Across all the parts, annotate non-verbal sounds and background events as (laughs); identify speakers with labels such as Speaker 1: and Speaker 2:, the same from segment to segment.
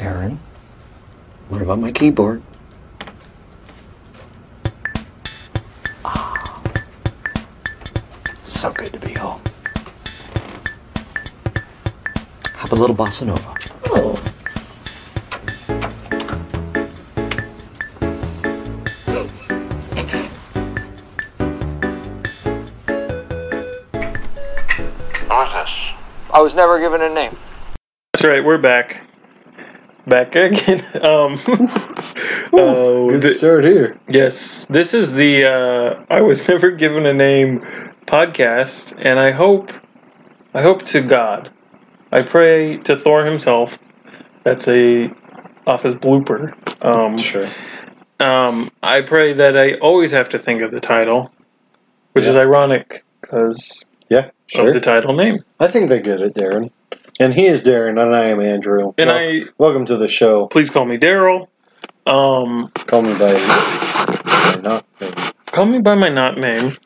Speaker 1: Aaron, what about my keyboard? Ah, so good to be home. Have a little bossa nova.
Speaker 2: Oh.
Speaker 3: Who is this?
Speaker 4: I was never given a name.
Speaker 5: That's right. We're back. Back again. (laughs)
Speaker 6: (laughs)
Speaker 5: Um, uh,
Speaker 6: Good
Speaker 5: th-
Speaker 6: start here.
Speaker 5: yes, this is the uh, I was (laughs) never given a name podcast, and I hope, I hope to God, I pray to Thor himself. That's a office blooper. Um,
Speaker 6: Sure.
Speaker 5: um, I pray that I always have to think of the title, which is
Speaker 6: Yeah.
Speaker 5: ironic because
Speaker 6: Yeah, sure.
Speaker 5: of the title name.
Speaker 6: I think they get it, Darren. And he is Darren, and I am Andrew.
Speaker 5: And
Speaker 6: Wel-
Speaker 5: I
Speaker 6: welcome to the show.
Speaker 5: please call me Daryl. Um,
Speaker 6: Call me by by not. name.
Speaker 5: call me by my not name.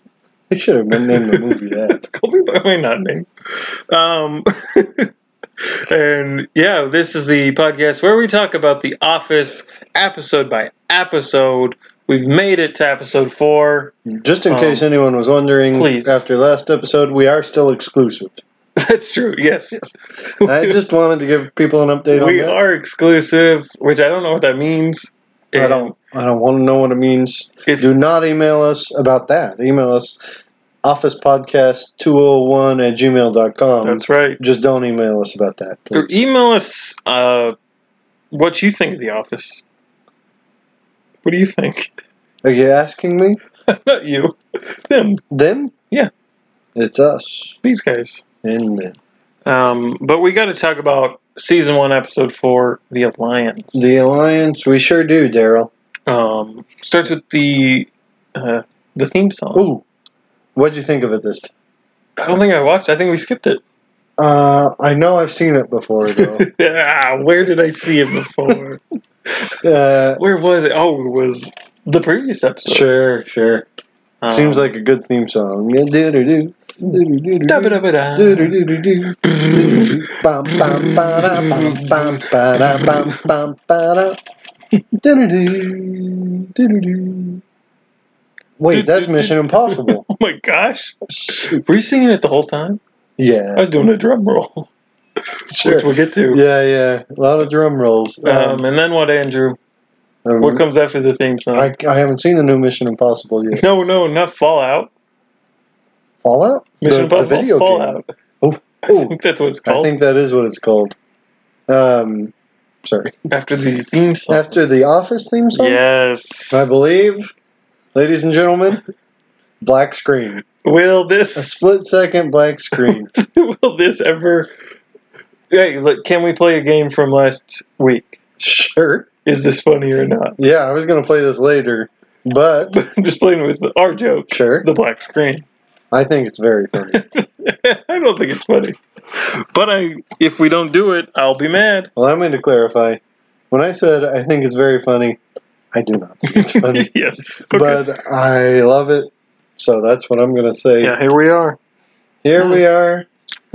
Speaker 6: They should have been named the movie
Speaker 5: (laughs)
Speaker 6: that.
Speaker 5: Call me by my not name. Um, (laughs) and yeah, this is the podcast where we talk about The Office episode by episode. We've made it to episode four. (laughs)
Speaker 6: Just in
Speaker 5: Um,
Speaker 6: case anyone was wondering,
Speaker 5: please.
Speaker 6: after last episode, we are still exclusive.
Speaker 5: That's true. Yes, (laughs)
Speaker 6: I just wanted to give people an update on
Speaker 5: we
Speaker 6: that.
Speaker 5: are exclusive, which I don't know what that means.
Speaker 6: I don't. I don't want to know what it means.
Speaker 5: If,
Speaker 6: Do not email us about that. Email us officepodcast201 at gmail.com.
Speaker 5: that's right.
Speaker 6: Just don't email us about that.
Speaker 5: Or
Speaker 6: please.
Speaker 5: email us uh, what you think of The Office. What do you think?
Speaker 6: Are you asking me?
Speaker 5: (laughs) not you. Them.
Speaker 6: Them?
Speaker 5: Yeah.
Speaker 6: It's us
Speaker 5: These guys.
Speaker 6: and them.
Speaker 5: Um, but we got to talk about season one, episode four, the Alliance.
Speaker 6: The Alliance. We sure do, Daryl.
Speaker 5: um, starts with the uh, the theme song.
Speaker 6: Ooh. What'd you think of it this time?
Speaker 5: I don't think I watched. I think we skipped it.
Speaker 6: Uh, I know I've seen it before, though.
Speaker 5: (laughs) ah, where did I see it before?
Speaker 6: (laughs) uh,
Speaker 5: (laughs) where was it? Oh, it was the previous episode.
Speaker 6: sure, sure.
Speaker 5: Um,
Speaker 6: Seems like a good theme (laughs) song. Yeah, do-do-do, do-do-do-do,
Speaker 5: (laughs) Da-ba-da-ba-da.
Speaker 6: do-do-do-do-do, do-do-do. Bum, bum, ba-da, bum, bum, ba-da, bum, bum, ba-da. Do-do-do, do-do-do. Wait, that's Mission Impossible.
Speaker 5: (laughs)
Speaker 6: (laughs)
Speaker 5: Oh my gosh! Were you singing it the whole time?
Speaker 6: Yeah.
Speaker 5: I was doing a drum roll, (laughs) which we'll get to.
Speaker 6: Yeah, yeah. A lot of drum rolls.
Speaker 5: Um, and then what, Andrew?
Speaker 6: um,
Speaker 5: What uh, comes after the theme song?
Speaker 6: I, I haven't seen the new Mission Impossible yet.
Speaker 5: no, no, not Fallout.
Speaker 6: Fallout?
Speaker 5: Mission
Speaker 6: the,
Speaker 5: Impossible.
Speaker 6: The video game.
Speaker 5: Fallout. (laughs) I (laughs)
Speaker 6: Oh,
Speaker 5: think that's what it's
Speaker 6: I
Speaker 5: called.
Speaker 6: think that is what it's called. Um, sorry.
Speaker 5: after the theme song.
Speaker 6: After the Office theme song?
Speaker 5: yes.
Speaker 6: I believe, ladies and gentlemen, black screen.
Speaker 5: Will
Speaker 6: A
Speaker 5: this (laughs)
Speaker 6: split second black screen.
Speaker 5: will this ever? Hey, look, can we play a game from last week?
Speaker 6: sure.
Speaker 5: Is this funny or not? (laughs)
Speaker 6: Yeah, I was going to play this later, but
Speaker 5: But I'm just playing with our joke,
Speaker 6: sure.
Speaker 5: the black screen. (laughs)
Speaker 6: I think it's very funny.
Speaker 5: I don't think it's funny, but I if we don't do it, I'll be mad.
Speaker 6: Allow me to clarify. When I said I think it's very funny, I do not think (laughs) it's funny.
Speaker 5: (laughs) yes, okay.
Speaker 6: but uh, I love it. So that's what I'm gonna say.
Speaker 5: yeah, here we are.
Speaker 6: Here we are.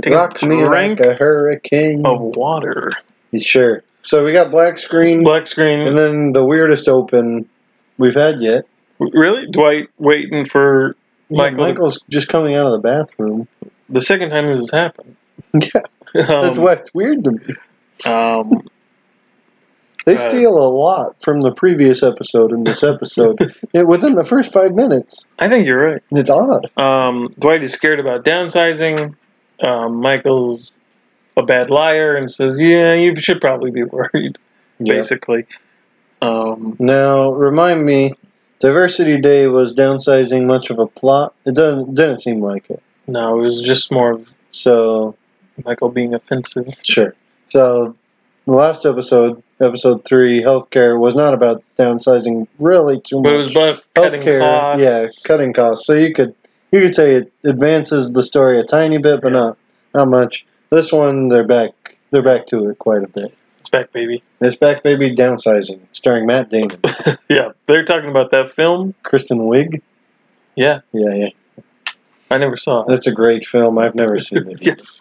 Speaker 5: Take
Speaker 6: Rock
Speaker 5: a Oh.
Speaker 6: me
Speaker 5: drink
Speaker 6: like a hurricane.
Speaker 5: of water.
Speaker 6: sure. So we got black screen,
Speaker 5: Black screen.
Speaker 6: and then the weirdest open we've had yet.
Speaker 5: really, Dwight waiting for
Speaker 6: Yeah,
Speaker 5: Michael-
Speaker 6: Michael's just coming out of the bathroom.
Speaker 5: the second time this has happened.
Speaker 6: Yeah,
Speaker 5: Um,
Speaker 6: that's why it's weird to me.
Speaker 5: Um,
Speaker 6: They
Speaker 5: uh,
Speaker 6: steal a lot from the previous episode and
Speaker 5: (laughs)
Speaker 6: this episode Yeah, within the first five minutes.
Speaker 5: I think you're right.
Speaker 6: It's odd.
Speaker 5: Um, Dwight is scared about downsizing. Um, Michael's a bad liar and says, "Yeah, you should probably be (laughs) worried." Basically, um,
Speaker 6: Now, remind me, Diversity Day was downsizing much of a plot. It doesn't didn't seem like it.
Speaker 5: no, it was just more of
Speaker 6: So
Speaker 5: Michael being offensive.
Speaker 6: sure. So the last episode, episode three, healthcare was not about downsizing really too much.
Speaker 5: But it was about cutting
Speaker 6: healthcare,
Speaker 5: costs.
Speaker 6: yeah, cutting costs. So you could you could say it advances the story a tiny bit, but
Speaker 5: Yeah.
Speaker 6: not not much. This one, they're back they're back to it quite a bit.
Speaker 5: It's back, baby. (laughs)
Speaker 6: It's back, baby, downsizing, starring Matt Damon, (laughs)
Speaker 5: Yeah, they're talking about that film.
Speaker 6: Kristen Wiig.
Speaker 5: Yeah,
Speaker 6: Yeah, yeah,
Speaker 5: I never saw it. (laughs)
Speaker 6: that's a great film. I've never seen it.
Speaker 5: yes.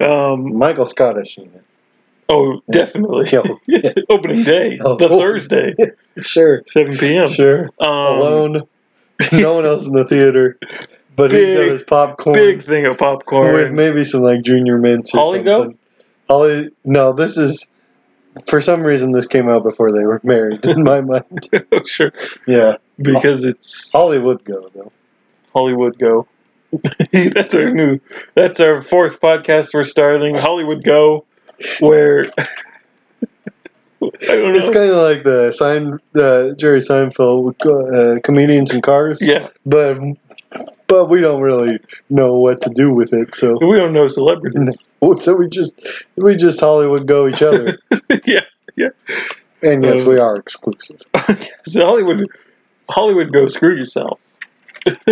Speaker 5: Um,
Speaker 6: Michael Scott has seen it.
Speaker 5: Oh, definitely.
Speaker 6: Yeah. Yeah.
Speaker 5: (laughs) Opening day,
Speaker 6: Oh,
Speaker 5: the
Speaker 6: cool.
Speaker 5: Thursday,
Speaker 6: Sure.
Speaker 5: 7 p.m.
Speaker 6: Sure.
Speaker 5: Um,
Speaker 6: Alone. no one else in the theater. But he's got
Speaker 5: Big-
Speaker 6: his popcorn
Speaker 5: Big thing of popcorn.
Speaker 6: with maybe some like junior mints or
Speaker 5: Holly go?
Speaker 6: something. Holly no, this is for some reason this came out before they were married in my mind.
Speaker 5: (laughs) sure,
Speaker 6: Yeah.
Speaker 5: because it's
Speaker 6: Holly would go though.
Speaker 5: Hollywood Go. (laughs) that's our new. That's our fourth podcast we're starting. Hollywood Go, where (laughs) I don't know.
Speaker 6: It's kind of like the Sein, uh, Jerry Seinfeld uh, comedians in cars.
Speaker 5: yeah,
Speaker 6: but but we don't really know what to do with it. So
Speaker 5: we don't know celebrities.
Speaker 6: (laughs) so we just we just Hollywood go each other.
Speaker 5: (laughs) yeah,
Speaker 6: And yes,
Speaker 5: Um,
Speaker 6: we are exclusive.
Speaker 5: so Hollywood, Hollywood Go, screw yourself. (laughs)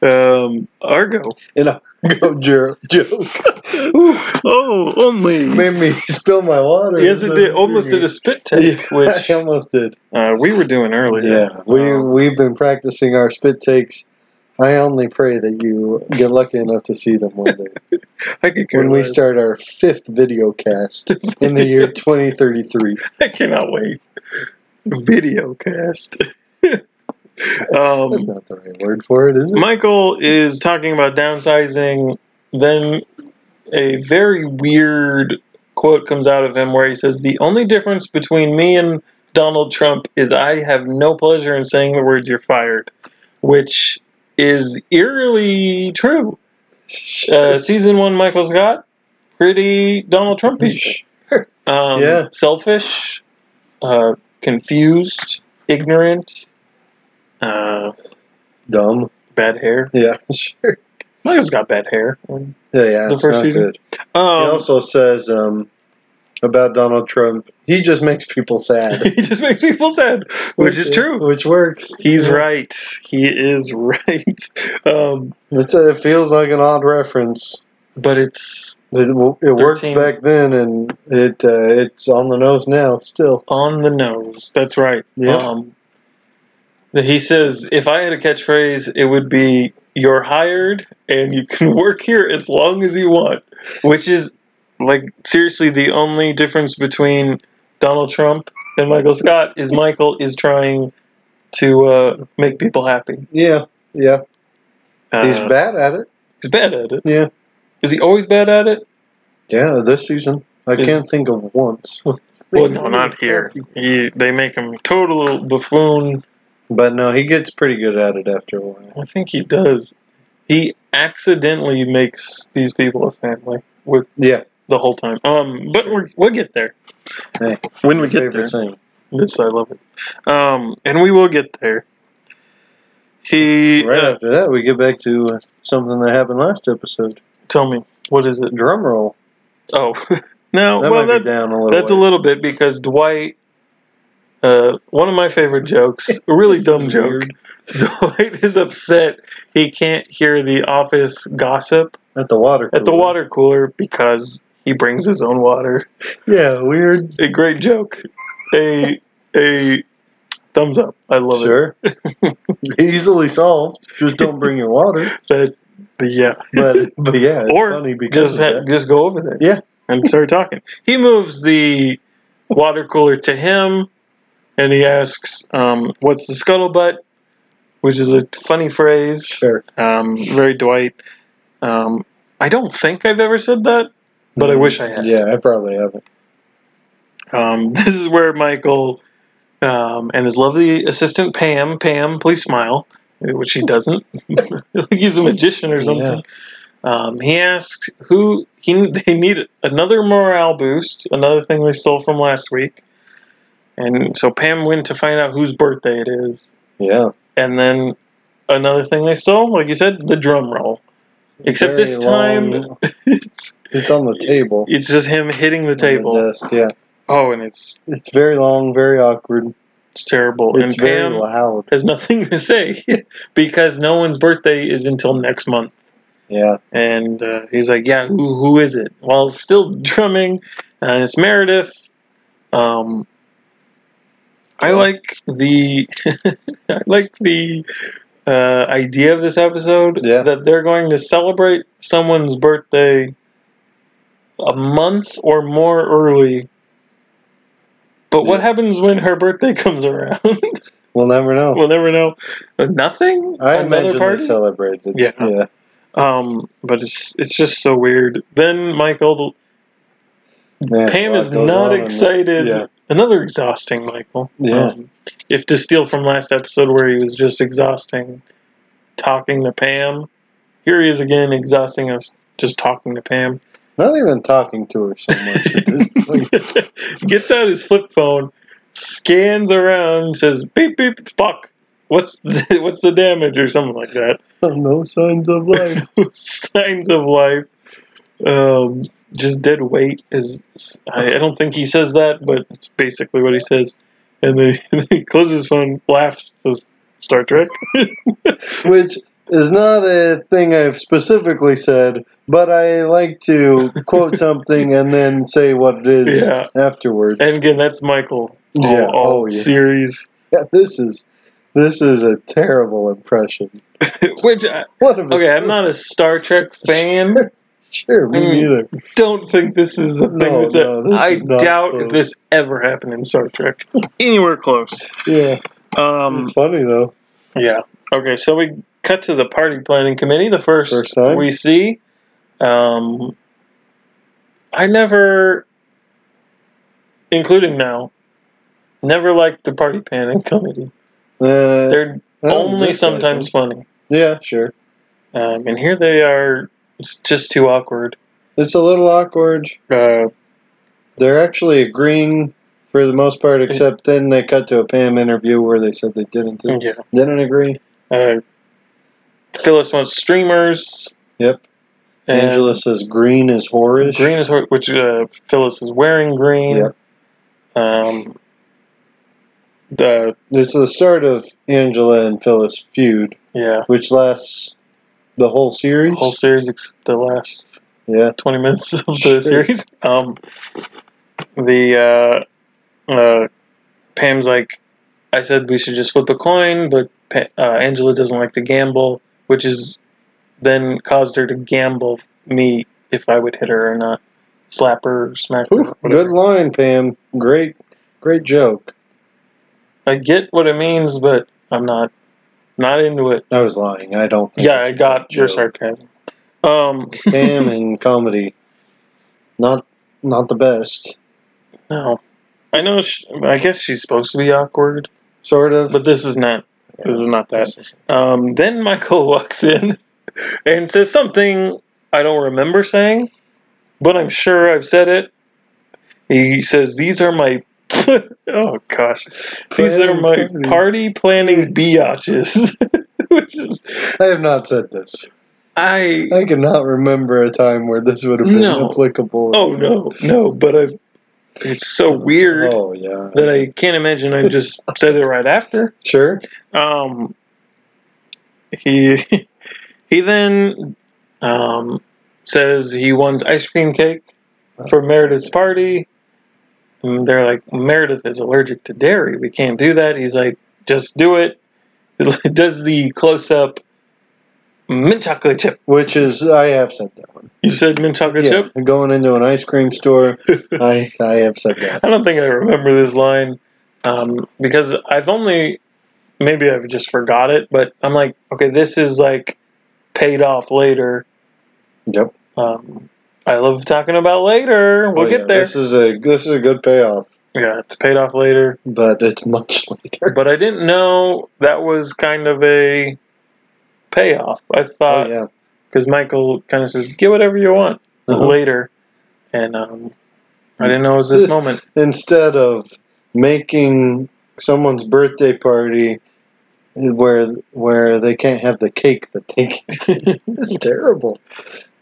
Speaker 5: um, Argo.
Speaker 6: And I oh, Jer- joke
Speaker 5: oh, only.
Speaker 6: made me spill my water.
Speaker 5: Yes, it did. Almost did a spit take, (laughs)
Speaker 6: Yeah, (laughs)
Speaker 5: which
Speaker 6: I almost did.
Speaker 5: uh, we were doing earlier.
Speaker 6: Yeah, we
Speaker 5: Um,
Speaker 6: we've been practicing our spit takes. I only pray that you get lucky enough to see them one day.
Speaker 5: (laughs) I could care
Speaker 6: when we
Speaker 5: less.
Speaker 6: start our fifth video cast in the year 2033.
Speaker 5: (laughs) I cannot wait. Video cast. (laughs) um,
Speaker 6: That's not the right word for it, is it?
Speaker 5: Michael is talking about downsizing. Then a very weird quote comes out of him where he says, The only difference between me and Donald Trump is I have no pleasure in saying the words you're fired, which is eerily true. Uh, season one, Michael Scott, pretty Donald Trumpish. (laughs) Um,
Speaker 6: Yeah.
Speaker 5: Selfish, uh, confused, ignorant, uh,
Speaker 6: Dumb.
Speaker 5: bad hair.
Speaker 6: Yeah, (laughs) sure.
Speaker 5: Michael's got bad hair.
Speaker 6: Yeah, yeah.
Speaker 5: The
Speaker 6: it's
Speaker 5: first
Speaker 6: not
Speaker 5: season?
Speaker 6: good. he
Speaker 5: (laughs) Um,
Speaker 6: also says um, about Donald Trump, he just makes people sad.
Speaker 5: he just makes people sad, which is true.
Speaker 6: (laughs) Which works.
Speaker 5: He's
Speaker 6: Yeah.
Speaker 5: right. He is (laughs) right. Um,
Speaker 6: It's a, it feels like an odd reference.
Speaker 5: but it's
Speaker 6: It, w- it worked
Speaker 5: 13.
Speaker 6: back then, and it uh, it's on the nose now. Still,
Speaker 5: on the nose. That's right.
Speaker 6: Yeah.
Speaker 5: Um, he says, if I had a catchphrase, it would be, you're hired and you can (laughs) work here as long as you want, which is like seriously the only difference between Donald Trump and Michael Scott is Michael is trying to uh, make people happy.
Speaker 6: yeah, yeah. He's
Speaker 5: Uh,
Speaker 6: bad at it.
Speaker 5: He's bad at it.
Speaker 6: Yeah.
Speaker 5: Is he always bad at it?
Speaker 6: Yeah, this season I
Speaker 5: Is-
Speaker 6: can't think of once. (laughs)
Speaker 5: Well, no, not here. He, they make him total buffoon.
Speaker 6: But no, he gets pretty good at it after a while.
Speaker 5: I think he does. He accidentally makes these people a family with
Speaker 6: Yeah,
Speaker 5: the whole time. Um, but we're, we'll get there
Speaker 6: Hey,
Speaker 5: when we
Speaker 6: my
Speaker 5: get there.
Speaker 6: favorite thing.
Speaker 5: This I love it. Um, and we will get there. He
Speaker 6: Right
Speaker 5: uh,
Speaker 6: after that, we get back to uh, something that happened last episode.
Speaker 5: tell me what is it?
Speaker 6: Drum roll.
Speaker 5: Oh, (laughs) no.
Speaker 6: That
Speaker 5: well,
Speaker 6: might
Speaker 5: that,
Speaker 6: be down a little.
Speaker 5: That's a
Speaker 6: ways.
Speaker 5: little bit because Dwight, uh, one of my favorite jokes, a really
Speaker 6: (laughs) This
Speaker 5: dumb
Speaker 6: is
Speaker 5: joke.
Speaker 6: weird.
Speaker 5: (laughs) Dwight is upset he can't hear the office gossip
Speaker 6: At the water.
Speaker 5: at the
Speaker 6: cooler.
Speaker 5: water cooler because he brings his own water.
Speaker 6: Yeah, weird.
Speaker 5: A great joke. A a thumbs up. I love (laughs)
Speaker 6: Sure. Easily solved. Just don't bring your water.
Speaker 5: it. That yeah.
Speaker 6: But but yeah, it's
Speaker 5: Or
Speaker 6: funny because
Speaker 5: Just
Speaker 6: of
Speaker 5: ha-
Speaker 6: that.
Speaker 5: just go over there.
Speaker 6: Yeah.
Speaker 5: And start talking. He moves the water cooler to him, and he asks, um, "What's the scuttlebutt?" Which is a funny phrase.
Speaker 6: Sure.
Speaker 5: Um, very Dwight. Um, I don't think I've ever said that, but
Speaker 6: Mm.
Speaker 5: I wish I had.
Speaker 6: Yeah, I probably haven't.
Speaker 5: Um, (laughs) this is where Michael um, and his lovely assistant Pam, Pam, please smile, which she doesn't. (laughs) He's a magician or something. Um, he asks who he (laughs) they need another morale boost, another thing they stole from last week, and so Pam went to find out whose birthday it is,
Speaker 6: Yeah.
Speaker 5: and then another thing they stole, like you said, the drum roll. (laughs) Except
Speaker 6: Very
Speaker 5: this time,
Speaker 6: long-
Speaker 5: it's,
Speaker 6: it's on
Speaker 5: (laughs)
Speaker 6: the table.
Speaker 5: it's just him hitting the
Speaker 6: on the
Speaker 5: table.
Speaker 6: desk. Yeah.
Speaker 5: oh, and it's
Speaker 6: It's very long, very awkward.
Speaker 5: it's terrible.
Speaker 6: It's
Speaker 5: and Pam,
Speaker 6: very loud.
Speaker 5: has nothing to say (laughs) because no one's birthday is until next month.
Speaker 6: Yeah.
Speaker 5: And uh, he's like, "Yeah, who who is it?" While still (laughs) drumming, uh, it's Meredith. Um, I
Speaker 6: Yeah.
Speaker 5: like the (laughs) I like the uh, idea of this episode
Speaker 6: Yeah.
Speaker 5: that they're going to celebrate someone's birthday a month or more early. But what happens when her birthday (laughs) comes around?
Speaker 6: We'll never know.
Speaker 5: (laughs) we'll never know. Nothing.
Speaker 6: I imagine they celebrated.
Speaker 5: Yeah.
Speaker 6: yeah.
Speaker 5: Um, but it's it's just so weird. Then Michael
Speaker 6: Yeah,
Speaker 5: Pam
Speaker 6: a lot
Speaker 5: is
Speaker 6: goes
Speaker 5: not
Speaker 6: on in this.
Speaker 5: excited.
Speaker 6: Yeah.
Speaker 5: Another exhausting Michael.
Speaker 6: Yeah.
Speaker 5: Um, if to steal from last episode where he was just exhausting talking to Pam, here he is again exhausting us just talking to Pam. (laughs)
Speaker 6: Not even talking to her so much at this point. (laughs)
Speaker 5: Gets out his flip phone, scans around, says beep beep fuck. What's the, (laughs) what's the damage or something like that?
Speaker 6: no signs of life.
Speaker 5: (laughs) Signs of life. Um, just dead weight is. I, I don't think he says that, but it's basically what he says. And then (laughs) he closes his phone, laughs, says Star Trek.
Speaker 6: Which is not a thing I've specifically said, but I like to
Speaker 5: (laughs)
Speaker 6: quote something and then say what it is
Speaker 5: Yeah.
Speaker 6: afterwards.
Speaker 5: and again, that's Michael. All,
Speaker 6: Yeah,
Speaker 5: all
Speaker 6: oh, yeah.
Speaker 5: series. (laughs)
Speaker 6: Yeah, this is this is a terrible impression.
Speaker 5: Which I,
Speaker 6: What if
Speaker 5: okay, I'm not a Star Trek
Speaker 6: (laughs)
Speaker 5: fan.
Speaker 6: sure me
Speaker 5: Mm.
Speaker 6: neither.
Speaker 5: don't think this is a thing
Speaker 6: No,
Speaker 5: that's
Speaker 6: no,
Speaker 5: a-
Speaker 6: this
Speaker 5: I
Speaker 6: is not
Speaker 5: doubt
Speaker 6: close.
Speaker 5: this ever happened in Star Trek. Anywhere close.
Speaker 6: Yeah,
Speaker 5: Um,
Speaker 6: it's funny though.
Speaker 5: yeah. Okay, so we cut to the party planning committee. The first,
Speaker 6: First time.
Speaker 5: we see. Um, I never, including now, never liked the party
Speaker 6: (laughs)
Speaker 5: planning committee.
Speaker 6: Uh,
Speaker 5: They're
Speaker 6: I don't
Speaker 5: only
Speaker 6: dislike
Speaker 5: sometimes funny.
Speaker 6: them. Yeah, sure.
Speaker 5: Um, and here they are. It's just too awkward.
Speaker 6: It's a little awkward.
Speaker 5: Uh,
Speaker 6: They're actually agreeing for the most part, except then they cut to a Pam interview where they said they didn't
Speaker 5: yeah.
Speaker 6: didn't agree.
Speaker 5: Uh, Phyllis wants streamers.
Speaker 6: Yep.
Speaker 5: And
Speaker 6: Angela says green is whorish.
Speaker 5: Green is wh- which uh, Phyllis is wearing green.
Speaker 6: Yep.
Speaker 5: Um, the
Speaker 6: It's the start of Angela and Phyllis feud,
Speaker 5: yeah
Speaker 6: which lasts the whole series.
Speaker 5: whole series except the last
Speaker 6: yeah.
Speaker 5: twenty minutes of the
Speaker 6: Sure.
Speaker 5: series. (laughs) Um, the uh, uh, Pam's like, I said we should just flip a coin, but pa- uh, Angela doesn't like to gamble, which is then caused her to gamble me if I would hit her or not, slap her, smack her,
Speaker 6: Ooh,
Speaker 5: whatever.
Speaker 6: good line, Pam. Great, great joke.
Speaker 5: I get what it means, but I'm not not into it.
Speaker 6: I was lying. I don't. Think
Speaker 5: Yeah,
Speaker 6: it's
Speaker 5: I
Speaker 6: a
Speaker 5: got
Speaker 6: great
Speaker 5: your
Speaker 6: joke.
Speaker 5: sarcasm. Um, (laughs)
Speaker 6: Pam and comedy, not not the best.
Speaker 5: no, I know. She, I guess she's supposed to be awkward,
Speaker 6: Sort of.
Speaker 5: but this is not. This is not that.
Speaker 1: This is-
Speaker 5: Um, then Michael (laughs) walks in and says something I don't remember saying, but I'm sure I've said it. He says, "These are my." (laughs) oh gosh, these are
Speaker 6: Planning
Speaker 5: my
Speaker 6: party.
Speaker 5: party planning biatches, (laughs) which is
Speaker 6: I have not said this.
Speaker 5: I
Speaker 6: I cannot remember a time where this would have been
Speaker 5: No.
Speaker 6: applicable.
Speaker 5: Oh no, no, but I've, it's so weird
Speaker 6: Oh yeah.
Speaker 5: that I can't imagine I just said it right after.
Speaker 6: sure.
Speaker 5: Um, he (laughs) he then um, says he wants ice cream cake for Meredith's party. And they're like, Meredith is allergic to dairy. We can't do that. He's like, just do it. (laughs) Does the close up mint chocolate chip?
Speaker 6: Which is I have said that one.
Speaker 5: You said mint chocolate
Speaker 6: yeah.
Speaker 5: chip.
Speaker 6: Going into an ice
Speaker 5: (laughs)
Speaker 6: cream store. I I have said that.
Speaker 5: I don't think I remember this line um, because I've only maybe I've just forgot it, but I'm like, okay, this is like paid off later.
Speaker 6: Yep.
Speaker 5: Um, I love talking about later. We'll
Speaker 6: Oh,
Speaker 5: get
Speaker 6: yeah.
Speaker 5: there.
Speaker 6: This is a this is a good payoff,
Speaker 5: yeah, it's paid off later.
Speaker 6: but it's much (laughs) later.
Speaker 5: But I didn't know that was kind of a payoff. I
Speaker 6: Oh
Speaker 5: thought
Speaker 6: yeah.
Speaker 5: because Michael kind of says, "Get whatever you want
Speaker 6: Uh-huh. Mm.
Speaker 5: later," and um, I didn't know it was this
Speaker 6: (laughs) This-
Speaker 5: moment.
Speaker 6: Instead of making someone's birthday party where where they can't have the cake that
Speaker 5: (laughs)
Speaker 6: they can. it's terrible.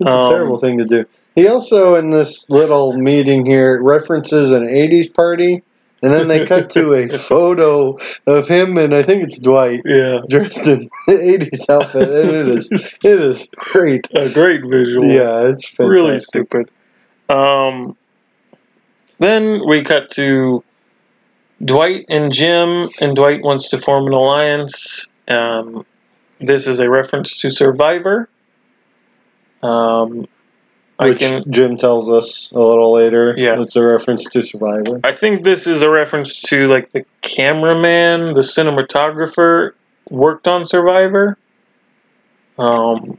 Speaker 6: It's a
Speaker 5: Um,
Speaker 6: terrible thing to do. He also, in this little meeting here, references an 80s party, and then they cut
Speaker 5: (laughs)
Speaker 6: to a photo of him and I think it's Dwight
Speaker 5: Yeah,
Speaker 6: dressed in (laughs) 80s outfit, and it is it is great.
Speaker 5: a great visual.
Speaker 6: Yeah, it's fantastic.
Speaker 5: really stupid. Um, then we cut to Dwight and Jim, and Dwight wants to form an alliance. Um, this is a reference to Survivor. Um, I
Speaker 6: Which
Speaker 5: can.
Speaker 6: Jim tells us a little later.
Speaker 5: Yeah.
Speaker 6: It's a reference to Survivor.
Speaker 5: I think this is a reference to like the cameraman, the cinematographer worked on Survivor. Um,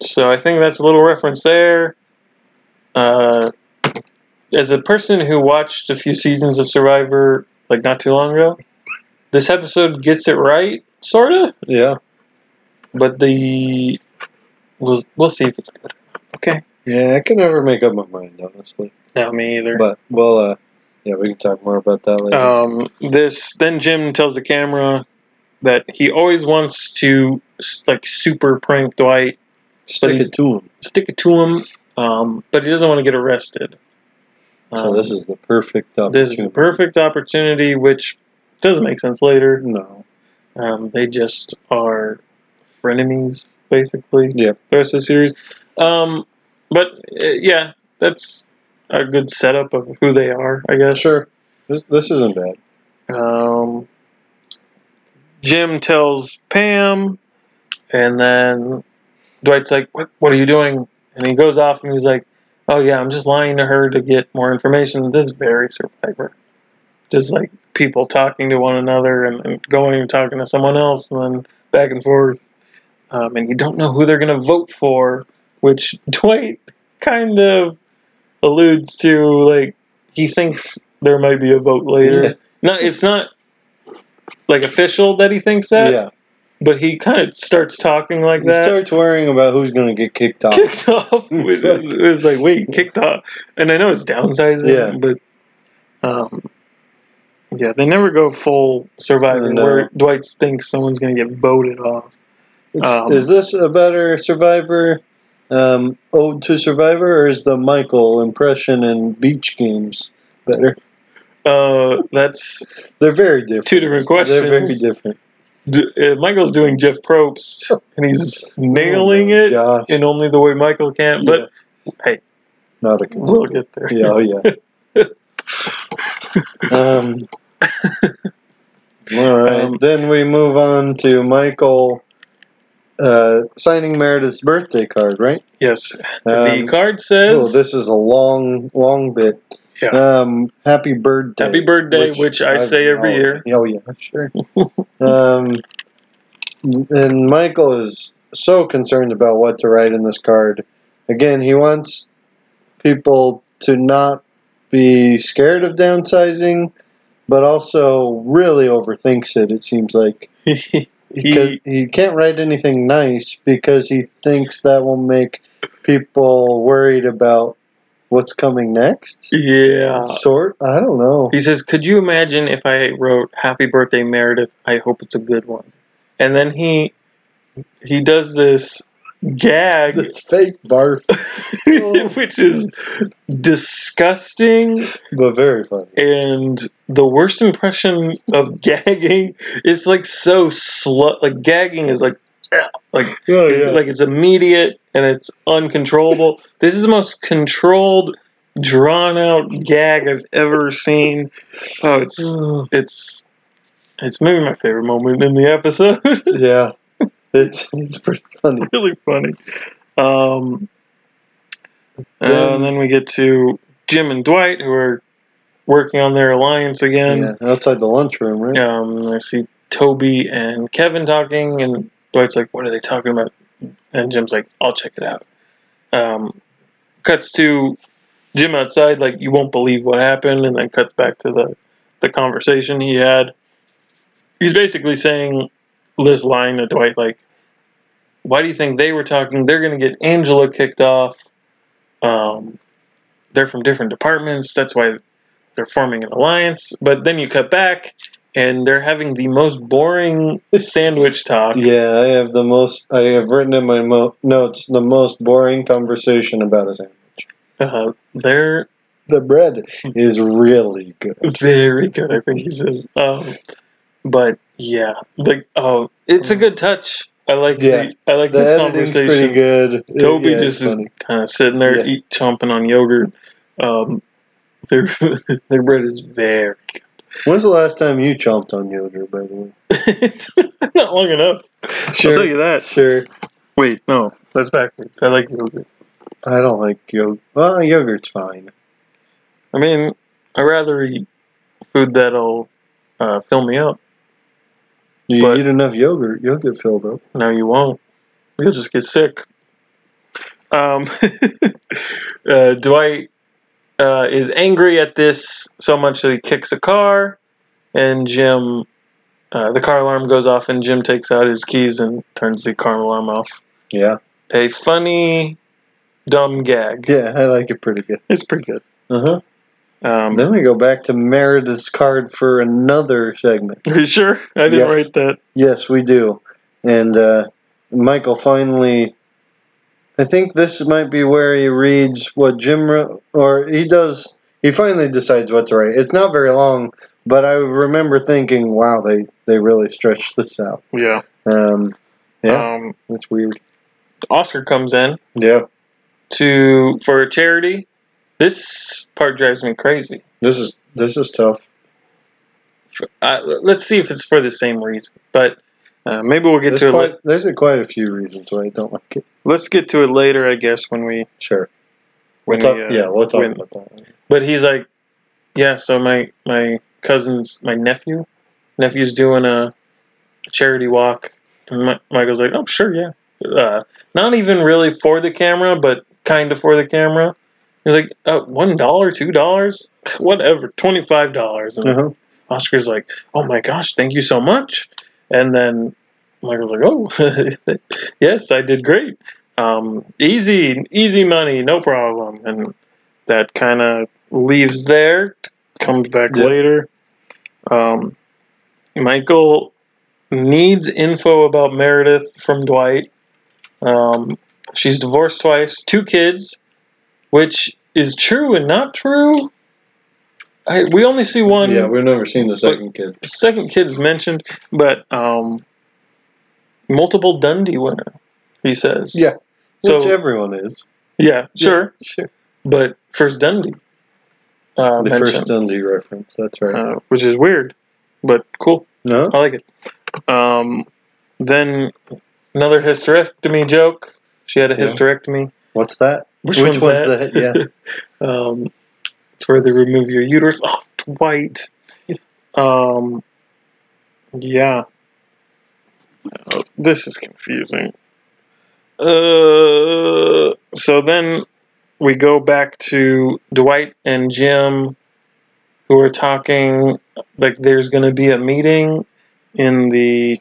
Speaker 5: so I think that's a little reference there. Uh, as a person who watched a few seasons of Survivor like not too long ago, this episode gets it right, sorta.
Speaker 6: Yeah.
Speaker 5: But the we'll we'll see if it's good. Okay.
Speaker 6: Yeah, I can never make up my mind, honestly.
Speaker 5: No, me either.
Speaker 6: But, well, uh, yeah, we can talk more about that later.
Speaker 5: um, this then Jim tells the camera that he always wants to s- like super prank Dwight,
Speaker 6: Stick
Speaker 5: he-
Speaker 6: it to him.
Speaker 5: stick it to him, um, but he doesn't want to get arrested.
Speaker 6: So
Speaker 5: Um,
Speaker 6: this is the perfect
Speaker 5: this
Speaker 6: opportunity.
Speaker 5: is a perfect opportunity, which doesn't make sense later.
Speaker 6: No.
Speaker 5: Um, they just are frenemies, basically.
Speaker 6: Yeah.
Speaker 5: The rest of the series, um, but uh, yeah, that's a good setup of who they are, I guess.
Speaker 6: Sure. This, this isn't bad.
Speaker 5: Um, Jim tells Pam, and then Dwight's like, what, what are you doing? And he goes off and he's like, Oh, yeah, I'm just lying to her to get more information. This is very survivor. Just like people talking to one another and, and going and talking to someone else and then back and forth. Um, and you don't know who they're going to vote for, which Dwight kind of alludes to. Like, he thinks there might be a vote later.
Speaker 6: Yeah.
Speaker 5: No, it's not like official that he thinks that,
Speaker 6: yeah.
Speaker 5: but he kind of starts talking like
Speaker 6: He
Speaker 5: that.
Speaker 6: starts worrying about who's going to get kicked
Speaker 5: (laughs)
Speaker 6: off.
Speaker 5: kicked off. It was, it was like, wait, kicked off. And I know it's downsizing,
Speaker 6: Yeah.
Speaker 5: but um, yeah, they never go full survivor
Speaker 6: No.
Speaker 5: where Dwight thinks someone's going to get voted off.
Speaker 6: It's,
Speaker 5: Um,
Speaker 6: is this a better Survivor, um, Ode to Survivor, or is the Michael impression in Beach Games better?
Speaker 5: Uh, that's
Speaker 6: They're very different.
Speaker 5: two different
Speaker 6: They're very
Speaker 5: questions.
Speaker 6: different.
Speaker 5: D- uh, Michael's doing Jeff Probst, and he's nailing
Speaker 6: (laughs) Oh my
Speaker 5: it
Speaker 6: gosh.
Speaker 5: in only the way Michael can. But hey.
Speaker 6: not a good.
Speaker 5: we'll get there.
Speaker 6: Yeah,
Speaker 5: (laughs)
Speaker 6: oh yeah. um, all right.
Speaker 5: Um,
Speaker 6: then we move on to Michael uh, signing Meredith's birthday card, right?
Speaker 5: Yes,
Speaker 6: Um,
Speaker 5: the card says
Speaker 6: Oh, this is a long, long bit.
Speaker 5: Yeah.
Speaker 6: Um, happy birthday.
Speaker 5: Happy birthday, which I say every year.
Speaker 6: Oh yeah, sure. (laughs) um, and Michael is so concerned about what to write in this card. Again, he wants people to not be scared of downsizing, but also really overthinks it. It seems like because
Speaker 5: he
Speaker 6: he can't write anything nice because he thinks that will make people worried about what's coming next.
Speaker 5: (laughs) yeah.
Speaker 6: sort? I don't know.
Speaker 5: He says, "Could you imagine if I wrote Happy Birthday Meredith? I hope it's a good one." And then he he does this
Speaker 6: (laughs)
Speaker 5: gag, (laughs)
Speaker 6: It's fake barf,
Speaker 5: which is disgusting
Speaker 6: but
Speaker 5: (laughs)
Speaker 6: very funny.
Speaker 5: and the worst impression of gagging is like so slut. Like gagging is like
Speaker 6: Oh
Speaker 5: like it's immediate and it's uncontrollable. This is the most controlled, drawn out gag I've ever seen. Oh, it's it's it's maybe my favorite moment in the episode.
Speaker 6: (sighs)
Speaker 5: (laughs)
Speaker 6: yeah. It's it's pretty funny.
Speaker 5: really funny. Um,
Speaker 6: Then-
Speaker 5: uh, and then we get to Jim and Dwight, who are working on their alliance
Speaker 6: Yeah,
Speaker 5: again.
Speaker 6: outside the lunchroom, right?
Speaker 5: Um, I see Toby and Kevin talking, and Dwight's like, "What are they talking about?" And Jim's like, "I'll check it out." Um, cuts to Jim outside, like, "You won't believe what happened," and then cuts back to the the conversation he had. He's basically saying this line to Dwight, like, "Why do you think they were talking? They're going to get Angela kicked off. Um, they're from different departments. That's why they're forming an alliance." But then you cut back, and they're having the most
Speaker 6: (laughs)
Speaker 5: boring sandwich talk.
Speaker 6: Yeah, I have the most. I have written in my mo- notes the most boring conversation about his hand.
Speaker 5: Uh, they're
Speaker 6: The bread is really good.
Speaker 5: very good. I think he says. Um, but yeah, like oh, it's a good touch. I like
Speaker 6: Mm. Yeah.
Speaker 5: the I like
Speaker 6: The
Speaker 5: this
Speaker 6: editing's
Speaker 5: conversation.
Speaker 6: pretty good.
Speaker 5: Toby
Speaker 6: Yeah, it's
Speaker 5: just is
Speaker 6: funny.
Speaker 5: kind of sitting there,
Speaker 6: Yeah.
Speaker 5: eat chomping on yogurt. Um, (laughs) their their bread is very.
Speaker 6: When's the last time you chomped on yogurt, by the way?
Speaker 5: it's (laughs) not long enough.
Speaker 6: Sure.
Speaker 5: I'll tell you that.
Speaker 6: Sure.
Speaker 5: Wait, no, that's backwards. I like yogurt.
Speaker 6: I don't like yogurt. Well, yogurt's fine.
Speaker 5: I mean, I rather eat food that'll uh, fill me up.
Speaker 6: You
Speaker 5: But-
Speaker 6: eat enough yogurt, you'll get filled up.
Speaker 5: No, you won't. You'll just get sick. Um, (laughs) uh, Dwight uh, is angry at this so much that he kicks a car, and Jim, uh, the car alarm goes off, and Jim takes out his keys and turns the car alarm off.
Speaker 6: Yeah.
Speaker 5: A funny, dumb gag.
Speaker 6: Yeah, I like it pretty good.
Speaker 5: It's pretty good.
Speaker 6: Uh huh.
Speaker 5: Um,
Speaker 6: Then we go back to Meredith's card for another segment.
Speaker 5: Are (laughs) you sure? I didn't
Speaker 6: Yes.
Speaker 5: write that.
Speaker 6: Yes, we do. And uh, Michael finally. I think this might be where he reads what Jim wrote, or he does. He finally decides what to write. It's not very long, but I remember thinking, "Wow, they they really stretched this out."
Speaker 5: Yeah.
Speaker 6: Um, yeah,
Speaker 5: Um,
Speaker 6: that's weird.
Speaker 5: Oscar comes in
Speaker 6: Yeah,
Speaker 5: to for a charity. This part drives me crazy.
Speaker 6: this is this is tough.
Speaker 5: Uh, let's see if it's for the same reason, but uh, maybe we'll get
Speaker 6: There's
Speaker 5: to it.
Speaker 6: quite,
Speaker 5: la-
Speaker 6: there's a, quite a few reasons why I don't like it.
Speaker 5: let's get to it later, I guess, when we
Speaker 6: Sure.
Speaker 5: when
Speaker 6: We'll
Speaker 5: we,
Speaker 6: talk-
Speaker 5: uh,
Speaker 6: yeah, we'll talk
Speaker 5: when-
Speaker 6: about that.
Speaker 5: But he's like, yeah. So my my cousin's my nephew, nephew's doing a charity walk, and Mi- Michael's like, oh sure, yeah. Uh, not even really for the camera, but kind of for the camera. He's like, uh, one dollar, two dollars, (laughs) whatever, twenty five dollars. And
Speaker 6: Uh-huh.
Speaker 5: Oscar's like, "Oh my gosh, thank you so much," and then Michael's like, "Oh, (laughs) yes, I did great. Um, easy, easy money, no problem." And that kind of leaves there, comes back
Speaker 6: Yep.
Speaker 5: later. Um, Michael needs info about Meredith from Dwight. Um, she's divorced twice, two kids, which is true and not true. I, we only see one
Speaker 6: Um, Yeah, we've never seen the second kid.
Speaker 5: second kid's mentioned, but um, multiple Dundee winner, he says.
Speaker 6: Yeah.
Speaker 5: So-
Speaker 6: Which everyone is.
Speaker 5: Yeah, sure.
Speaker 6: Yeah, sure.
Speaker 5: But first Dundee uh,
Speaker 6: The
Speaker 5: mentioned,
Speaker 6: first Dundee reference. That's right.
Speaker 5: uh, which is weird, but cool.
Speaker 6: no?
Speaker 5: I like it. Um, then another hysterectomy joke. She had a
Speaker 6: Yeah.
Speaker 5: hysterectomy.
Speaker 6: What's that?
Speaker 5: Which, one's,
Speaker 6: Which
Speaker 5: that?
Speaker 6: one's that?
Speaker 5: (laughs) Um, it's where they remove your uterus. Oh, Dwight. Um, yeah. Oh, this is confusing. Uh, so then we go back to Dwight and Jim, who are talking. Like, there's going to be a meeting in the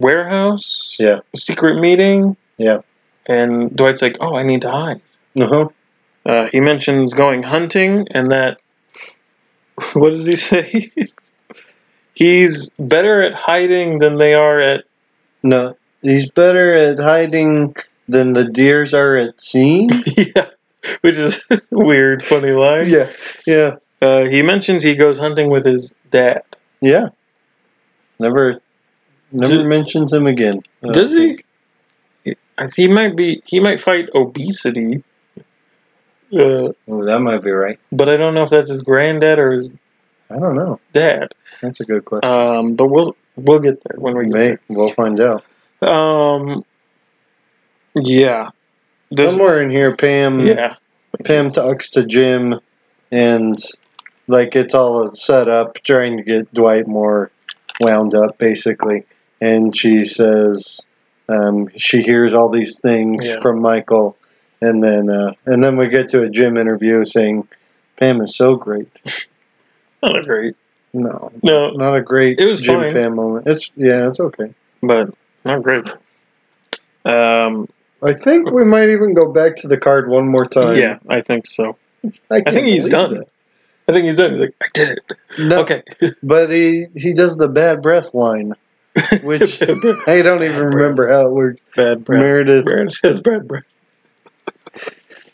Speaker 5: warehouse. (laughs)
Speaker 6: Yeah.
Speaker 5: Secret meeting.
Speaker 6: Yeah.
Speaker 5: And Dwight's like, oh, I need to hide.
Speaker 6: Uh-huh.
Speaker 5: Uh, he mentions going hunting and that. (laughs) What does he say? (laughs) He's better at hiding than they are at. (laughs)
Speaker 6: No. He's better at hiding than the deers are at
Speaker 5: (laughs)
Speaker 6: seeing.
Speaker 5: Yeah, which is (laughs) a weird, funny line.
Speaker 6: yeah. Yeah.
Speaker 5: Uh, he mentions he goes hunting with his dad.
Speaker 6: Yeah. Never never
Speaker 5: Do-
Speaker 6: mentions him again. I don't
Speaker 5: does
Speaker 6: think.
Speaker 5: he? I- He might be. He might fight obesity. Uh,
Speaker 6: Oh, that might be right.
Speaker 5: but I don't know if that's his granddad or his
Speaker 6: I don't know.
Speaker 5: dad.
Speaker 6: That's a good question.
Speaker 5: Um, but we'll we'll get there when we get
Speaker 6: May, we'll find out.
Speaker 5: there. Um, yeah. Does-
Speaker 6: Somewhere in here, Pam
Speaker 5: Yeah.
Speaker 6: Pam talks to Jim, and like it's all set up, trying to get Dwight more wound up, basically. And she says um, she hears all these things
Speaker 5: Yeah.
Speaker 6: from Michael, and then uh, and then we get to a Jim interview saying Pam is so great.
Speaker 5: Not a great.
Speaker 6: No,
Speaker 5: No,
Speaker 6: not a great
Speaker 5: It was
Speaker 6: Jim
Speaker 5: fine.
Speaker 6: Pam moment. It's yeah, it's okay.
Speaker 5: but not great. Um,
Speaker 6: I think we might even go back to the card one more time.
Speaker 5: yeah, I think so. I
Speaker 6: can't
Speaker 5: think he's
Speaker 6: believe
Speaker 5: done.
Speaker 6: that.
Speaker 5: I think he's done. He's like, I did it. (laughs)
Speaker 6: No,
Speaker 5: Okay.
Speaker 6: but he he does the bad breath line,
Speaker 5: (laughs)
Speaker 6: which I don't even remember how it works.
Speaker 5: bad breath. (laughs)
Speaker 6: Meredith
Speaker 5: Brad says bad breath.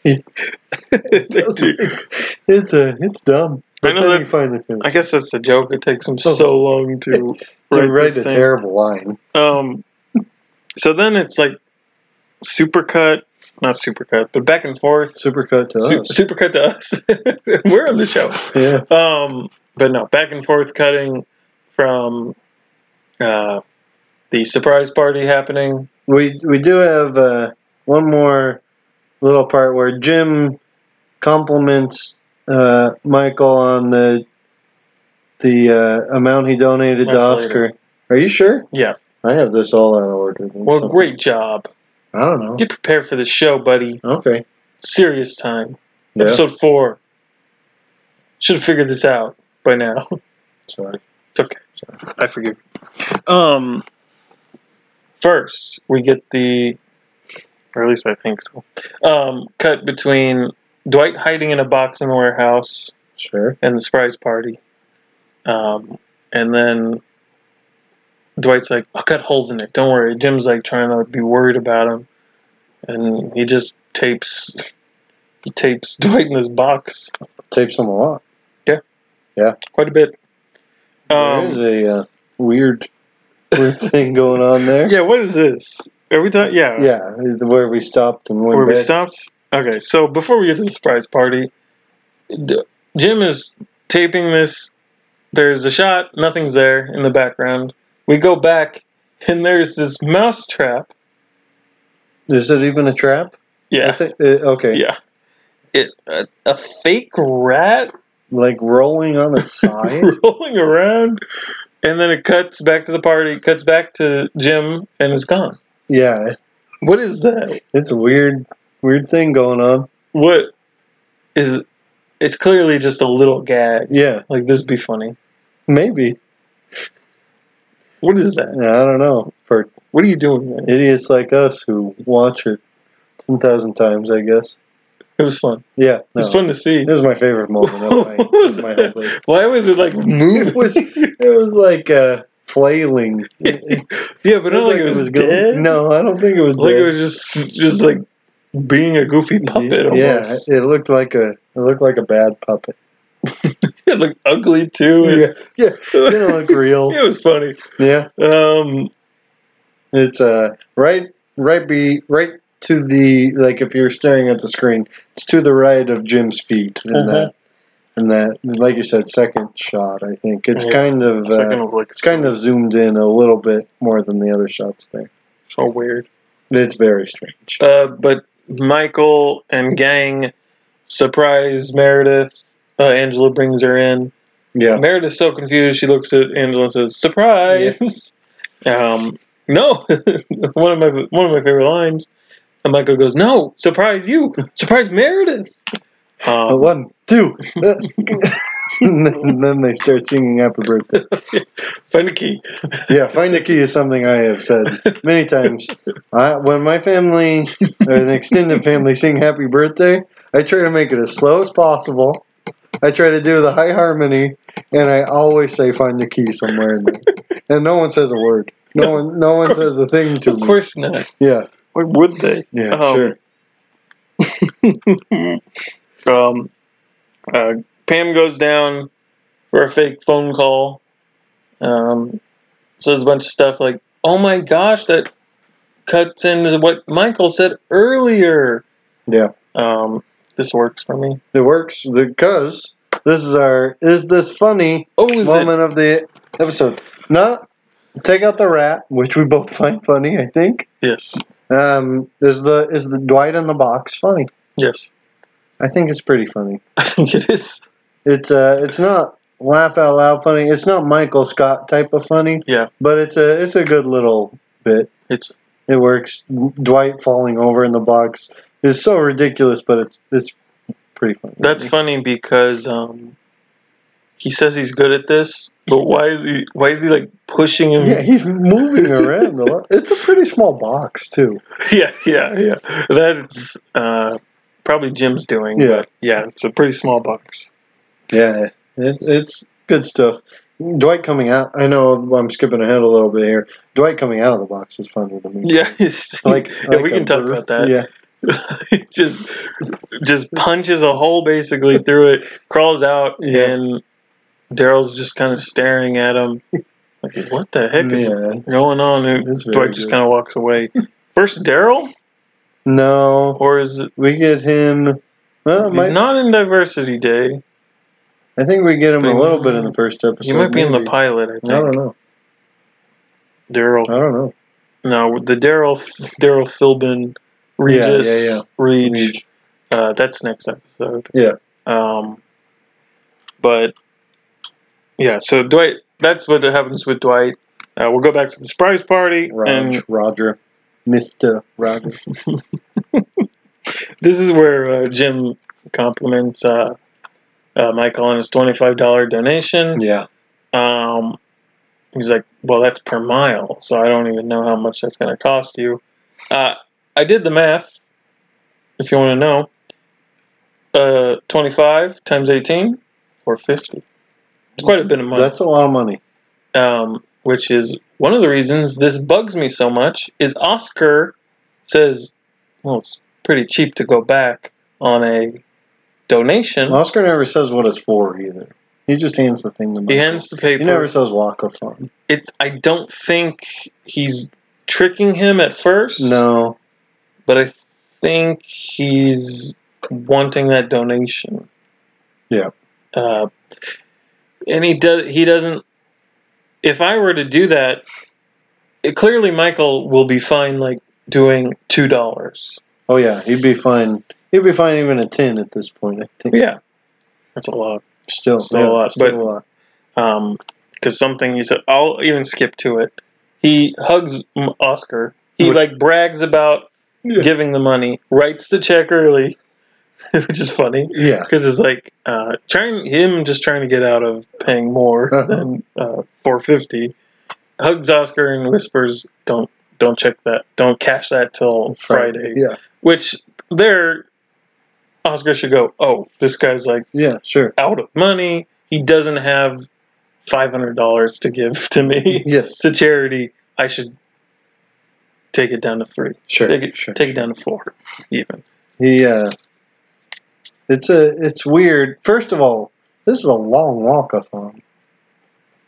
Speaker 6: He- (laughs)
Speaker 5: They do.
Speaker 6: It's a it's dumb. But
Speaker 5: I know
Speaker 6: then
Speaker 5: that-
Speaker 6: he finally finishes.
Speaker 5: I guess that's the joke. It takes him so long Oh. (laughs) to
Speaker 6: to
Speaker 5: write,
Speaker 6: write,
Speaker 5: write
Speaker 6: a
Speaker 5: this thing.
Speaker 6: terrible line.
Speaker 5: Um, so then it's like supercut, not supercut, but back and forth.
Speaker 6: Supercut to
Speaker 5: Su-
Speaker 6: us.
Speaker 5: supercut to us. (laughs) We're on the show.
Speaker 6: yeah.
Speaker 5: Um, but no, back and forth cutting from uh, the surprise party happening.
Speaker 6: We we do have uh, one more little part where Jim compliments uh, Michael on the the uh, amount he donated to
Speaker 5: That's
Speaker 6: Oscar.
Speaker 5: later.
Speaker 6: Are you sure?
Speaker 5: Yeah.
Speaker 6: I have this all out of order. I think,
Speaker 5: Well,
Speaker 6: so-
Speaker 5: great job.
Speaker 6: I don't know.
Speaker 5: Get prepared for the show, buddy.
Speaker 6: Okay.
Speaker 5: Serious time.
Speaker 6: Yeah.
Speaker 5: Episode four. Should have figured this out by now. (laughs)
Speaker 6: Sorry.
Speaker 5: It's okay. I forgive. you. Um, first we get the, or at least I think so. Um, cut between Dwight hiding in a box in the warehouse
Speaker 6: Sure.
Speaker 5: and the surprise party, um, and then Dwight's like, "I'll cut holes in it. Don't worry." Jim's like trying to be worried about him, and he just tapes, he tapes Dwight in this box
Speaker 6: Tapes him a lot.
Speaker 5: quite a bit. Um,
Speaker 6: There's a uh, weird,
Speaker 5: (laughs)
Speaker 6: weird thing going on there.
Speaker 5: yeah, what is this? Are we done? Yeah,
Speaker 6: Yeah, where we stopped and went
Speaker 5: where we
Speaker 6: back.
Speaker 5: stopped. Okay, so before we get to the surprise party, D- Jim is taping this. There's a shot. Nothing's there in the background. We go back, and there's this mouse trap.
Speaker 6: Is it even a trap? (laughs) I
Speaker 5: Yeah,
Speaker 6: think, uh, okay.
Speaker 5: yeah. It a, a fake rat
Speaker 6: Like rolling on its side.
Speaker 5: (laughs) rolling around, and then it cuts back to the party. Cuts back to Jim, and it's gone.
Speaker 6: yeah,
Speaker 5: What is that?
Speaker 6: it's a weird, weird thing going on.
Speaker 5: What is? It's clearly just a little gag.
Speaker 6: Yeah,
Speaker 5: Like this be funny.
Speaker 6: maybe.
Speaker 5: What is that?
Speaker 6: Yeah, I don't know. For
Speaker 5: What are you doing? Man?
Speaker 6: idiots like us who watch it ten thousand times, I guess.
Speaker 5: It was fun.
Speaker 6: Yeah,
Speaker 5: It
Speaker 6: no.
Speaker 5: was fun to see.
Speaker 6: It was my
Speaker 5: (laughs)
Speaker 6: favorite moment of my,
Speaker 5: What was
Speaker 6: of my
Speaker 5: that?
Speaker 6: whole life.
Speaker 5: (laughs) Why was it like moving? (laughs)
Speaker 6: (laughs) It was, it was like uh, flailing. It, it
Speaker 5: yeah, (laughs) but not
Speaker 6: looked
Speaker 5: like it was, dead.
Speaker 6: Going, no, I don't think it was
Speaker 5: like
Speaker 6: dead.
Speaker 5: it was just just like being a goofy puppet.
Speaker 6: yeah,
Speaker 5: Almost.
Speaker 6: it looked like a it looked like a bad puppet.
Speaker 5: (laughs) it looked ugly too. and- (laughs)
Speaker 6: Yeah, yeah, (laughs) it didn't look real.
Speaker 5: it was funny.
Speaker 6: Yeah,
Speaker 5: Um,
Speaker 6: it's uh right right be right to the like if you're staring at the screen, it's to the right of Jim's feet in
Speaker 5: Mhm.
Speaker 6: that in that like you said second shot. I think it's
Speaker 5: Yeah.
Speaker 6: kind of
Speaker 5: second
Speaker 6: uh,
Speaker 5: of like
Speaker 6: it's kind of zoomed in a little bit more than the other shots there.
Speaker 5: so weird.
Speaker 6: It's very strange.
Speaker 5: Uh, but Michael and gang surprise Meredith. Uh, Angela brings her in.
Speaker 6: Yeah,
Speaker 5: Meredith's so confused. She looks at Angela and says, "Surprise!" Um, no, (laughs) one of my one of my favorite lines. And Michael goes, "No, surprise you, surprise Meredith."
Speaker 6: Uh,
Speaker 5: Um,
Speaker 6: one two. (laughs) uh, and then they start singing happy birthday.
Speaker 5: Find a key.
Speaker 6: yeah, find the key is something I have said
Speaker 5: (laughs)
Speaker 6: many times. I, when my family, or an extended family, sing happy birthday, I try to make it as slow as possible. I try to do the high harmony, and I always say find the key somewhere in there. And no one says a word. No, one, no one says a thing to
Speaker 5: Of
Speaker 6: me.
Speaker 5: course not.
Speaker 6: Yeah,
Speaker 5: Why would they?
Speaker 6: yeah,
Speaker 5: Um,
Speaker 6: sure.
Speaker 5: Um, uh, Pam goes down for a fake phone call. Um, so there's a bunch of stuff like, "Oh my gosh," that cuts into what Michael said earlier.
Speaker 6: Yeah.
Speaker 5: Um, this works for me.
Speaker 6: It works because this is our is this funny
Speaker 5: Oh, is it?
Speaker 6: moment of the episode. Not take out the rat, which we both find funny, I think.
Speaker 5: Yes.
Speaker 6: Um, is the is the Dwight in the box funny?
Speaker 5: Yes. (laughs)
Speaker 6: I think it's pretty funny.
Speaker 5: I think it is.
Speaker 6: It's uh, it's not laugh out loud funny. It's not Michael Scott type of funny.
Speaker 5: Yeah.
Speaker 6: But it's a it's a good little bit.
Speaker 5: It's
Speaker 6: It works. Dwight falling over in the box is so ridiculous, but it's it's pretty funny.
Speaker 5: that's funny because um, he says he's good at this, but why is he why is he like pushing him?
Speaker 6: yeah. He's moving around a lot. It's a pretty small box too.
Speaker 5: (laughs) yeah, yeah, yeah. That's uh, probably Jim's doing.
Speaker 6: Yeah.
Speaker 5: but yeah. It's a pretty small box.
Speaker 6: Yeah, it, it's good stuff. Dwight coming out. I know I'm skipping ahead a little bit here. Dwight coming out of the box is funny to me.
Speaker 5: (laughs) Yeah, it's-
Speaker 6: like,
Speaker 5: yeah, we
Speaker 6: like
Speaker 5: can
Speaker 6: a
Speaker 5: talk
Speaker 6: birth-
Speaker 5: about that.
Speaker 6: Yeah,
Speaker 5: He (laughs) just just punches a hole basically through it, crawls out,
Speaker 6: Yeah.
Speaker 5: and Daryl's just kind of staring at him. Like, what the heck is
Speaker 6: yeah. it's-
Speaker 5: going on? And
Speaker 6: It's very
Speaker 5: Dwight just
Speaker 6: good.
Speaker 5: kind of walks away. First Daryl,
Speaker 6: No,
Speaker 5: or is it?
Speaker 6: we get him. Well,
Speaker 5: he's
Speaker 6: might,
Speaker 5: not in Diversity Day.
Speaker 6: I think we get him a
Speaker 5: But-
Speaker 6: little bit in the first episode.
Speaker 5: He might be in the
Speaker 6: maybe.
Speaker 5: pilot. I
Speaker 6: I don't
Speaker 5: think
Speaker 6: know. I
Speaker 5: Daryl.
Speaker 6: don't know.
Speaker 5: No, the Daryl Daryl Philbin Regis,
Speaker 6: yeah, yeah.
Speaker 5: Reg.
Speaker 6: Reg.
Speaker 5: Uh, that's next episode.
Speaker 6: Yeah.
Speaker 5: Um, but yeah, so Dwight. That's what happens with Dwight. Uh, we'll go back to the surprise party,
Speaker 6: Rog,
Speaker 5: and
Speaker 6: Roger, Mister Roger. (laughs)
Speaker 5: this is where uh, Jim compliments uh, uh, Michael on his twenty-five dollar donation.
Speaker 6: yeah,
Speaker 5: Um, he's like, well, that's per mile, so I don't even know how much that's going to cost you. Uh, I did the math, if you want to know. Uh, 25 times 18, 450. It's quite a bit of money.
Speaker 6: that's a lot of money.
Speaker 5: um, which is one of the reasons this bugs me so much, is Oscar says, well, it's pretty cheap to go back on a donation.
Speaker 6: Oscar never says what it's for either. He just hands the thing to Michael.
Speaker 5: he hands the paper.
Speaker 6: He never says walk of fun.
Speaker 5: it I don't think he's tricking him at first.
Speaker 6: No,
Speaker 5: But I think he's wanting that donation.
Speaker 6: Yeah.
Speaker 5: Uh, and he does he doesn't if I were to do that, it, clearly Michael will be fine like doing two dollars.
Speaker 6: oh yeah, he'd be fine. He'd be fine even at ten at this point. I think.
Speaker 5: Yeah. That's a lot.
Speaker 6: Still,
Speaker 5: Still a
Speaker 6: yeah,
Speaker 5: lot,
Speaker 6: Still
Speaker 5: but-
Speaker 6: a lot.
Speaker 5: Um 'cause because something he said, I'll even skip to it. He hugs M- Oscar. He
Speaker 6: Which-
Speaker 5: like brags about
Speaker 6: Yeah.
Speaker 5: giving the money, writes the check early, (laughs) which is funny
Speaker 6: Yeah,
Speaker 5: because it's like uh, trying him just trying to get out of paying more
Speaker 6: Uh-huh.
Speaker 5: than uh, four fifty. Hugs Oscar and whispers, "Don't don't check that. Don't cash that till Friday."
Speaker 6: Yeah,
Speaker 5: Which there, Oscar should go. Oh, this guy's like
Speaker 6: yeah, sure.
Speaker 5: out of money. He doesn't have five hundred dollars to give to me
Speaker 6: (laughs) Yes,
Speaker 5: to charity. I should take it down to three.
Speaker 6: sure,
Speaker 5: Take it,
Speaker 6: sure.
Speaker 5: take it down to four, even.
Speaker 6: He, uh, it's a, it's weird. First of all, this is a long walkathon.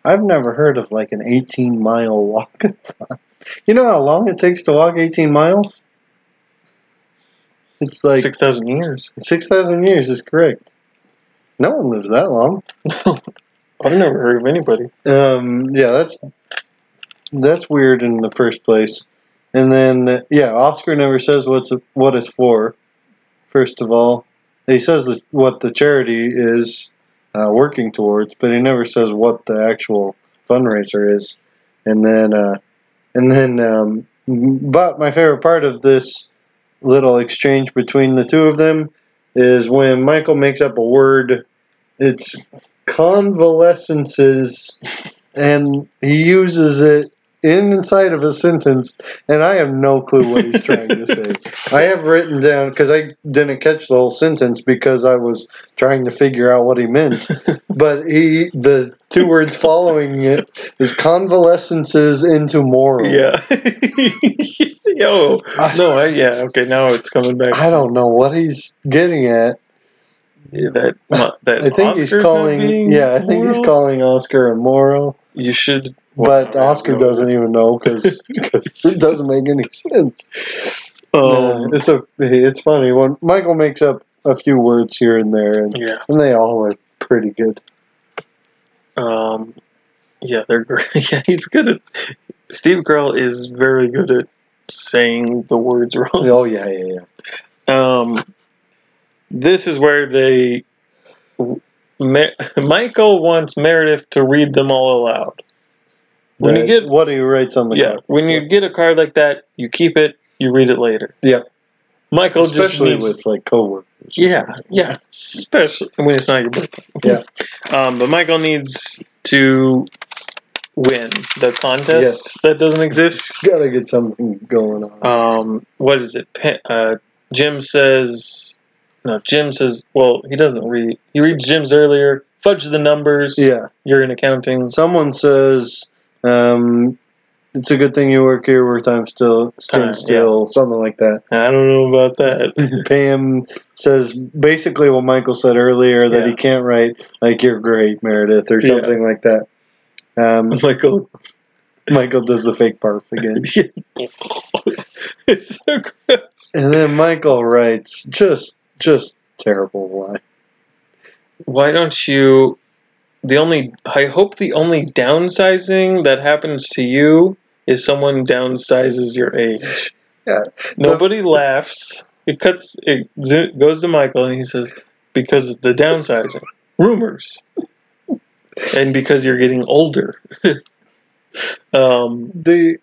Speaker 6: I've never heard of like an 18 mile walkathon. (laughs) You know how long it takes to walk 18 miles? It's like
Speaker 5: Six thousand years.
Speaker 6: 6,000 years is correct. No one lives that long.
Speaker 5: I've never heard of anybody.
Speaker 6: Um, yeah, that's that's weird in the first place. And then yeah, Oscar never says what's what it's for. First of all, he says that what the charity is uh, working towards, but he never says what the actual fundraiser is. And then uh, and then um, but my favorite part of this little exchange between the two of them is when Michael makes up a word. It's convalescences and he uses it inside of a sentence, and I have no clue what he's trying to say. I have written down because I didn't catch the whole sentence because I was trying to figure out what he
Speaker 5: (laughs)
Speaker 6: meant. But he, the two words following it is convalescences into moral.
Speaker 5: (laughs) Yeah. Yo.
Speaker 6: I-
Speaker 5: No. I, yeah. Okay. Now it's coming back.
Speaker 6: I don't know what he's getting at.
Speaker 5: That. mu- That.
Speaker 6: I think he's
Speaker 5: Oscar's not
Speaker 6: calling.
Speaker 5: being
Speaker 6: Yeah, I think he's
Speaker 5: moral?
Speaker 6: calling Oscar immoral,
Speaker 5: You should.
Speaker 6: but Oscar doesn't even know
Speaker 5: (laughs)
Speaker 6: because it doesn't make any sense.
Speaker 5: Um,
Speaker 6: Yeah, it's a it's funny when Michael makes up a few words here and there, and,
Speaker 5: yeah.
Speaker 6: and they all are pretty good.
Speaker 5: Um. Yeah. They're great. (laughs) yeah. He's good at. Steve Carell is very good at saying the words wrong.
Speaker 6: Oh yeah, yeah, yeah.
Speaker 5: Um. This is where they. Ma- Michael wants Meredith to read them all aloud. When you
Speaker 6: The-
Speaker 5: get-
Speaker 6: what he writes on the
Speaker 5: yeah,
Speaker 6: card,
Speaker 5: when you get a card like that, you keep it, you read it later.
Speaker 6: Yeah.
Speaker 5: Michael
Speaker 6: especially
Speaker 5: just needs,
Speaker 6: with like coworkers. or
Speaker 5: yeah,
Speaker 6: something.
Speaker 5: yeah, especially when it's not your birthday.
Speaker 6: Yeah.
Speaker 5: (laughs) um, but Michael needs to win the contest
Speaker 6: Yes.
Speaker 5: that doesn't exist.
Speaker 6: gotta get something going on.
Speaker 5: Um, what is it? Pa- Uh, Jim says, no, Jim says. Well, he doesn't read. He reads Jim's earlier. Fudge the numbers.
Speaker 6: yeah,
Speaker 5: You're in accounting.
Speaker 6: someone says um, it's a good thing you work here where time still
Speaker 5: Time, yeah.
Speaker 6: stands still, something like that.
Speaker 5: I don't know about that.
Speaker 6: (laughs)
Speaker 5: (laughs)
Speaker 6: Pam says basically what Michael said earlier that
Speaker 5: Yeah.
Speaker 6: he can't write like you're great Meredith or
Speaker 5: Yeah.
Speaker 6: something like that. Um, (laughs)
Speaker 5: Michael (laughs)
Speaker 6: Michael does the fake barf again.
Speaker 5: it's so gross.
Speaker 6: And then Michael writes just just terrible line.
Speaker 5: Why don't you? The only I hope the only downsizing that happens to you is someone downsizes your age. Nobody laughs. It cuts. It zo- goes to Michael, and he says, "Because of the downsizing, rumors, and because you're getting older." (laughs) um, (laughs)
Speaker 6: the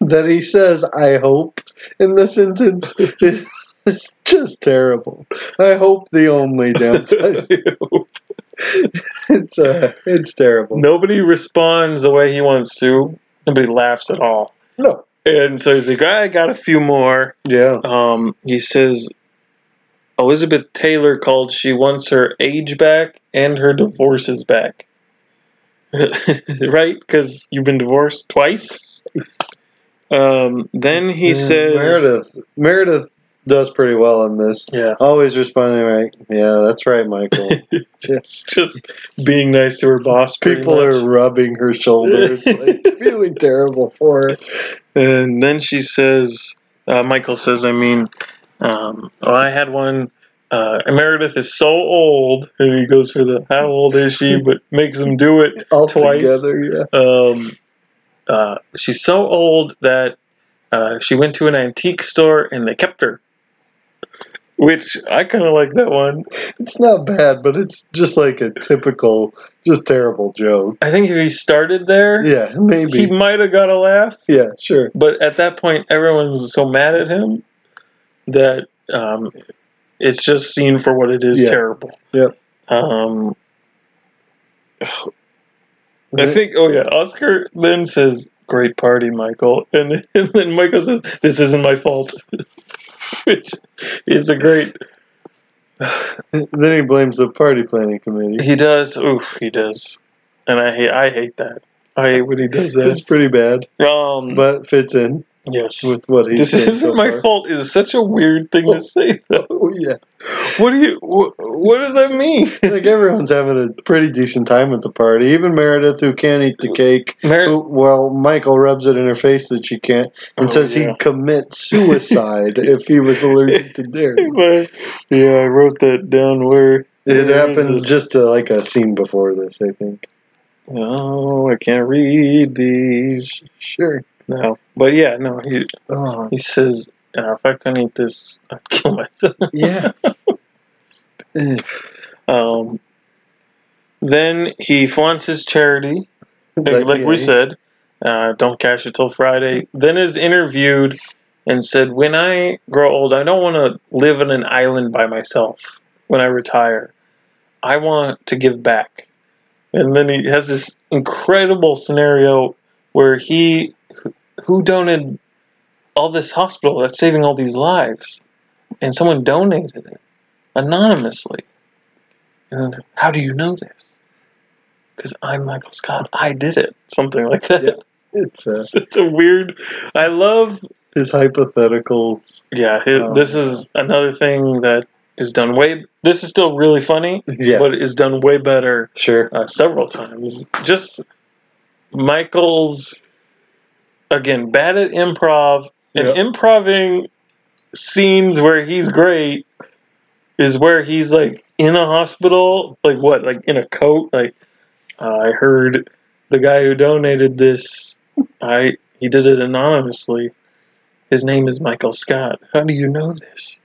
Speaker 6: that he says I hope in the sentence is is just terrible. I hope the
Speaker 5: (laughs)
Speaker 6: only downside it's uh, it's terrible.
Speaker 5: nobody responds the way he wants to. Nobody laughs at all.
Speaker 6: No.
Speaker 5: And so he's like, "I got a few more."
Speaker 6: Yeah.
Speaker 5: um, he says Elizabeth Taylor called. She wants her age back and her divorces back. (laughs) right? Because you've been divorced twice. Um, then he
Speaker 6: Yeah,
Speaker 5: says,
Speaker 6: Mm, Meredith Meredith does pretty well in this.
Speaker 5: "Yeah,
Speaker 6: Always responding right. Yeah, that's right, Michael.
Speaker 5: (laughs) it's just being nice to her boss." (laughs) pretty
Speaker 6: People
Speaker 5: much.
Speaker 6: are rubbing her
Speaker 5: (laughs)
Speaker 6: shoulders, like feeling terrible for her.
Speaker 5: And then she says, uh, Michael says, I mean, um, well, I had one. Uh, Meredith is so old, (laughs) and he goes for the how old is she, but makes him do it
Speaker 6: All
Speaker 5: Twice.
Speaker 6: together, yeah.
Speaker 5: um, uh, she's so old that uh, she went to an antique store and they kept her. Which I kind of like that one.
Speaker 6: It's not bad, but it's just like a typical, just terrible joke.
Speaker 5: I think if he started there,
Speaker 6: Yeah, maybe.
Speaker 5: he might have got a laugh.
Speaker 6: yeah, sure.
Speaker 5: But at that point, everyone was so mad at him that um, it's just seen for what it is
Speaker 6: Yeah.
Speaker 5: terrible.
Speaker 6: Yep.
Speaker 5: Um, I think, oh yeah, Oscar then says, Great party, Michael. (laughs) And then, and then Michael says, This isn't my fault. (laughs) Which is a great
Speaker 6: then he blames the party planning committee.
Speaker 5: He does. Oof, he does. And I hate. I hate that. I hate when he does
Speaker 6: It's
Speaker 5: that.
Speaker 6: pretty bad,
Speaker 5: Um.
Speaker 6: but fits in
Speaker 5: yes.
Speaker 6: with what he
Speaker 5: This
Speaker 6: said
Speaker 5: isn't
Speaker 6: so
Speaker 5: my
Speaker 6: far.
Speaker 5: fault. Is such a weird thing to say.
Speaker 6: (laughs)
Speaker 5: Though.
Speaker 6: Oh yeah,
Speaker 5: What do you? What, what does that
Speaker 6: (laughs)
Speaker 5: mean?
Speaker 6: like everyone's having a pretty decent time at the party. Even Meredith, who can't eat the cake.
Speaker 5: Mer-
Speaker 6: Who, well, Michael rubs it in her face that she can't, and
Speaker 5: Oh,
Speaker 6: says
Speaker 5: yeah. (laughs)
Speaker 6: he'd commit suicide if he was allergic to dairy.
Speaker 5: yeah, I wrote that down. Where
Speaker 6: It
Speaker 5: where is
Speaker 6: happened
Speaker 5: it?
Speaker 6: just uh like a scene before this, I think.
Speaker 5: Oh, I can't read these.
Speaker 6: Sure.
Speaker 5: No, but yeah, no. He
Speaker 6: Oh,
Speaker 5: he says, uh, if I couldn't eat this, I'd kill (laughs) myself.
Speaker 6: yeah.
Speaker 5: Um, then he flaunts his charity, like, like we
Speaker 6: yeah.
Speaker 5: said. Uh, don't cash it till Friday. Then is interviewed and said, "When I grow old, I don't want to live on an island by myself. When I retire, I want to give back." And then he has this incredible scenario where he, who donated all this hospital that's saving all these lives, and someone donated it anonymously. And then, how do you know this? Because I'm Michael Scott. I did it. Something like that.
Speaker 6: Yeah. (laughs) It's uh,
Speaker 5: (laughs) It's a weird. I love.
Speaker 6: his hypotheticals.
Speaker 5: Yeah, it,
Speaker 6: Um,
Speaker 5: this is another thing that is done way. This is still really funny,
Speaker 6: Yeah,
Speaker 5: but is done way better
Speaker 6: sure.
Speaker 5: uh, several times. Just Michael's again bad at improv and
Speaker 6: Yeah.
Speaker 5: improving scenes where he's great is where he's like in a hospital, like what, like in a coat. Like uh, I heard the guy who donated this, I he did it anonymously. His name is Michael Scott. How do you know this?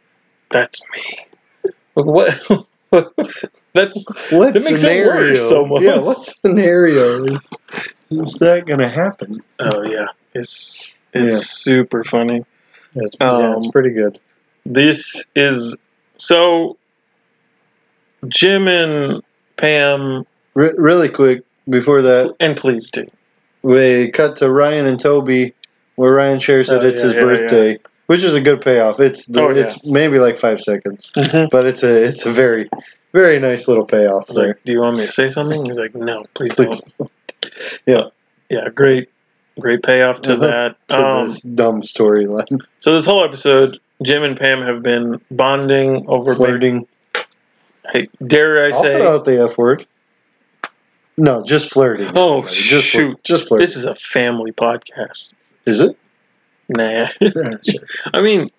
Speaker 5: That's me. Like, What? (laughs) That's
Speaker 6: What
Speaker 5: That makes it
Speaker 6: scenario?
Speaker 5: worse almost.
Speaker 6: Yeah, what scenario is, is that going to happen?
Speaker 5: oh yeah. It's it's
Speaker 6: Yeah.
Speaker 5: super funny.
Speaker 6: That's, yeah, it's
Speaker 5: Um, pretty
Speaker 6: pretty good.
Speaker 5: this is so jim and pam
Speaker 6: Re- really quick before that,
Speaker 5: and please do
Speaker 6: we cut to Ryan and Toby, where Ryan shares that
Speaker 5: Oh,
Speaker 6: it's
Speaker 5: yeah,
Speaker 6: his
Speaker 5: yeah,
Speaker 6: birthday, which is a good payoff. It's the,
Speaker 5: Oh, yeah.
Speaker 6: it's maybe like five seconds, but it's a it's a very very nice little payoff
Speaker 5: I was
Speaker 6: there.
Speaker 5: like do you want me to say something he's like no please,
Speaker 6: Please.
Speaker 5: don't
Speaker 6: Yeah.
Speaker 5: yeah great great payoff to
Speaker 6: Uh-huh.
Speaker 5: that
Speaker 6: To
Speaker 5: um,
Speaker 6: this dumb storyline,
Speaker 5: so this whole episode jim and pam have been bonding over big,
Speaker 6: flirting.
Speaker 5: hey, dare i
Speaker 6: I'll
Speaker 5: say
Speaker 6: throw out the F word. No, just flirting.
Speaker 5: Oh,
Speaker 6: just flirt-
Speaker 5: shoot.
Speaker 6: just flirting.
Speaker 5: this is a family podcast
Speaker 6: Is it?
Speaker 5: nah
Speaker 6: Yeah, sure.
Speaker 5: (laughs) i mean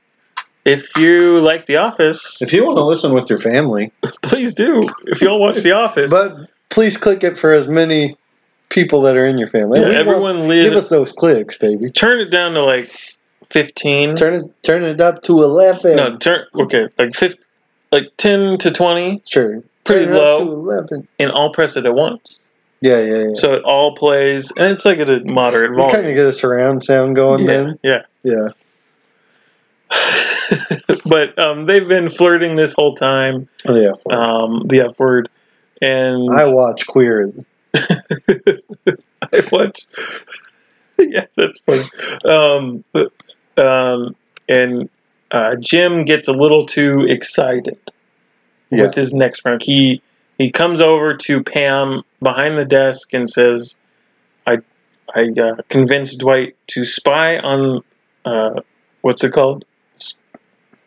Speaker 5: if you like the office
Speaker 6: If you want to listen with your family,
Speaker 5: please do if y'all watch the office
Speaker 6: but please click it for as many people that are in your family.
Speaker 5: yeah,
Speaker 6: We want-
Speaker 5: everyone Mm-hmm.
Speaker 6: give
Speaker 5: lives
Speaker 6: us those clicks, baby.
Speaker 5: turn it down to like fifteen.
Speaker 6: Turn it turn it up to eleven.
Speaker 5: No, turn okay, like fif like ten to twenty
Speaker 6: sure.
Speaker 5: Pretty
Speaker 6: turn it
Speaker 5: low.
Speaker 6: Up to eleven.
Speaker 5: and all press it at once.
Speaker 6: Yeah, yeah, yeah.
Speaker 5: So it all plays and it's like at a moderate
Speaker 6: you kind
Speaker 5: volume.
Speaker 6: of get a surround sound going
Speaker 5: Yeah,
Speaker 6: then.
Speaker 5: yeah.
Speaker 6: Yeah.
Speaker 5: But um, they've been flirting this whole time,
Speaker 6: Oh, yeah.
Speaker 5: um, the F word. And
Speaker 6: I watch queer.
Speaker 5: (laughs) I watch. yeah, that's funny. Um, um, and uh, Jim gets a little too excited
Speaker 6: Yeah.
Speaker 5: with his next prank. He he comes over to Pam behind the desk and says, "I I uh, convinced Dwight to spy on uh, what's it called? It's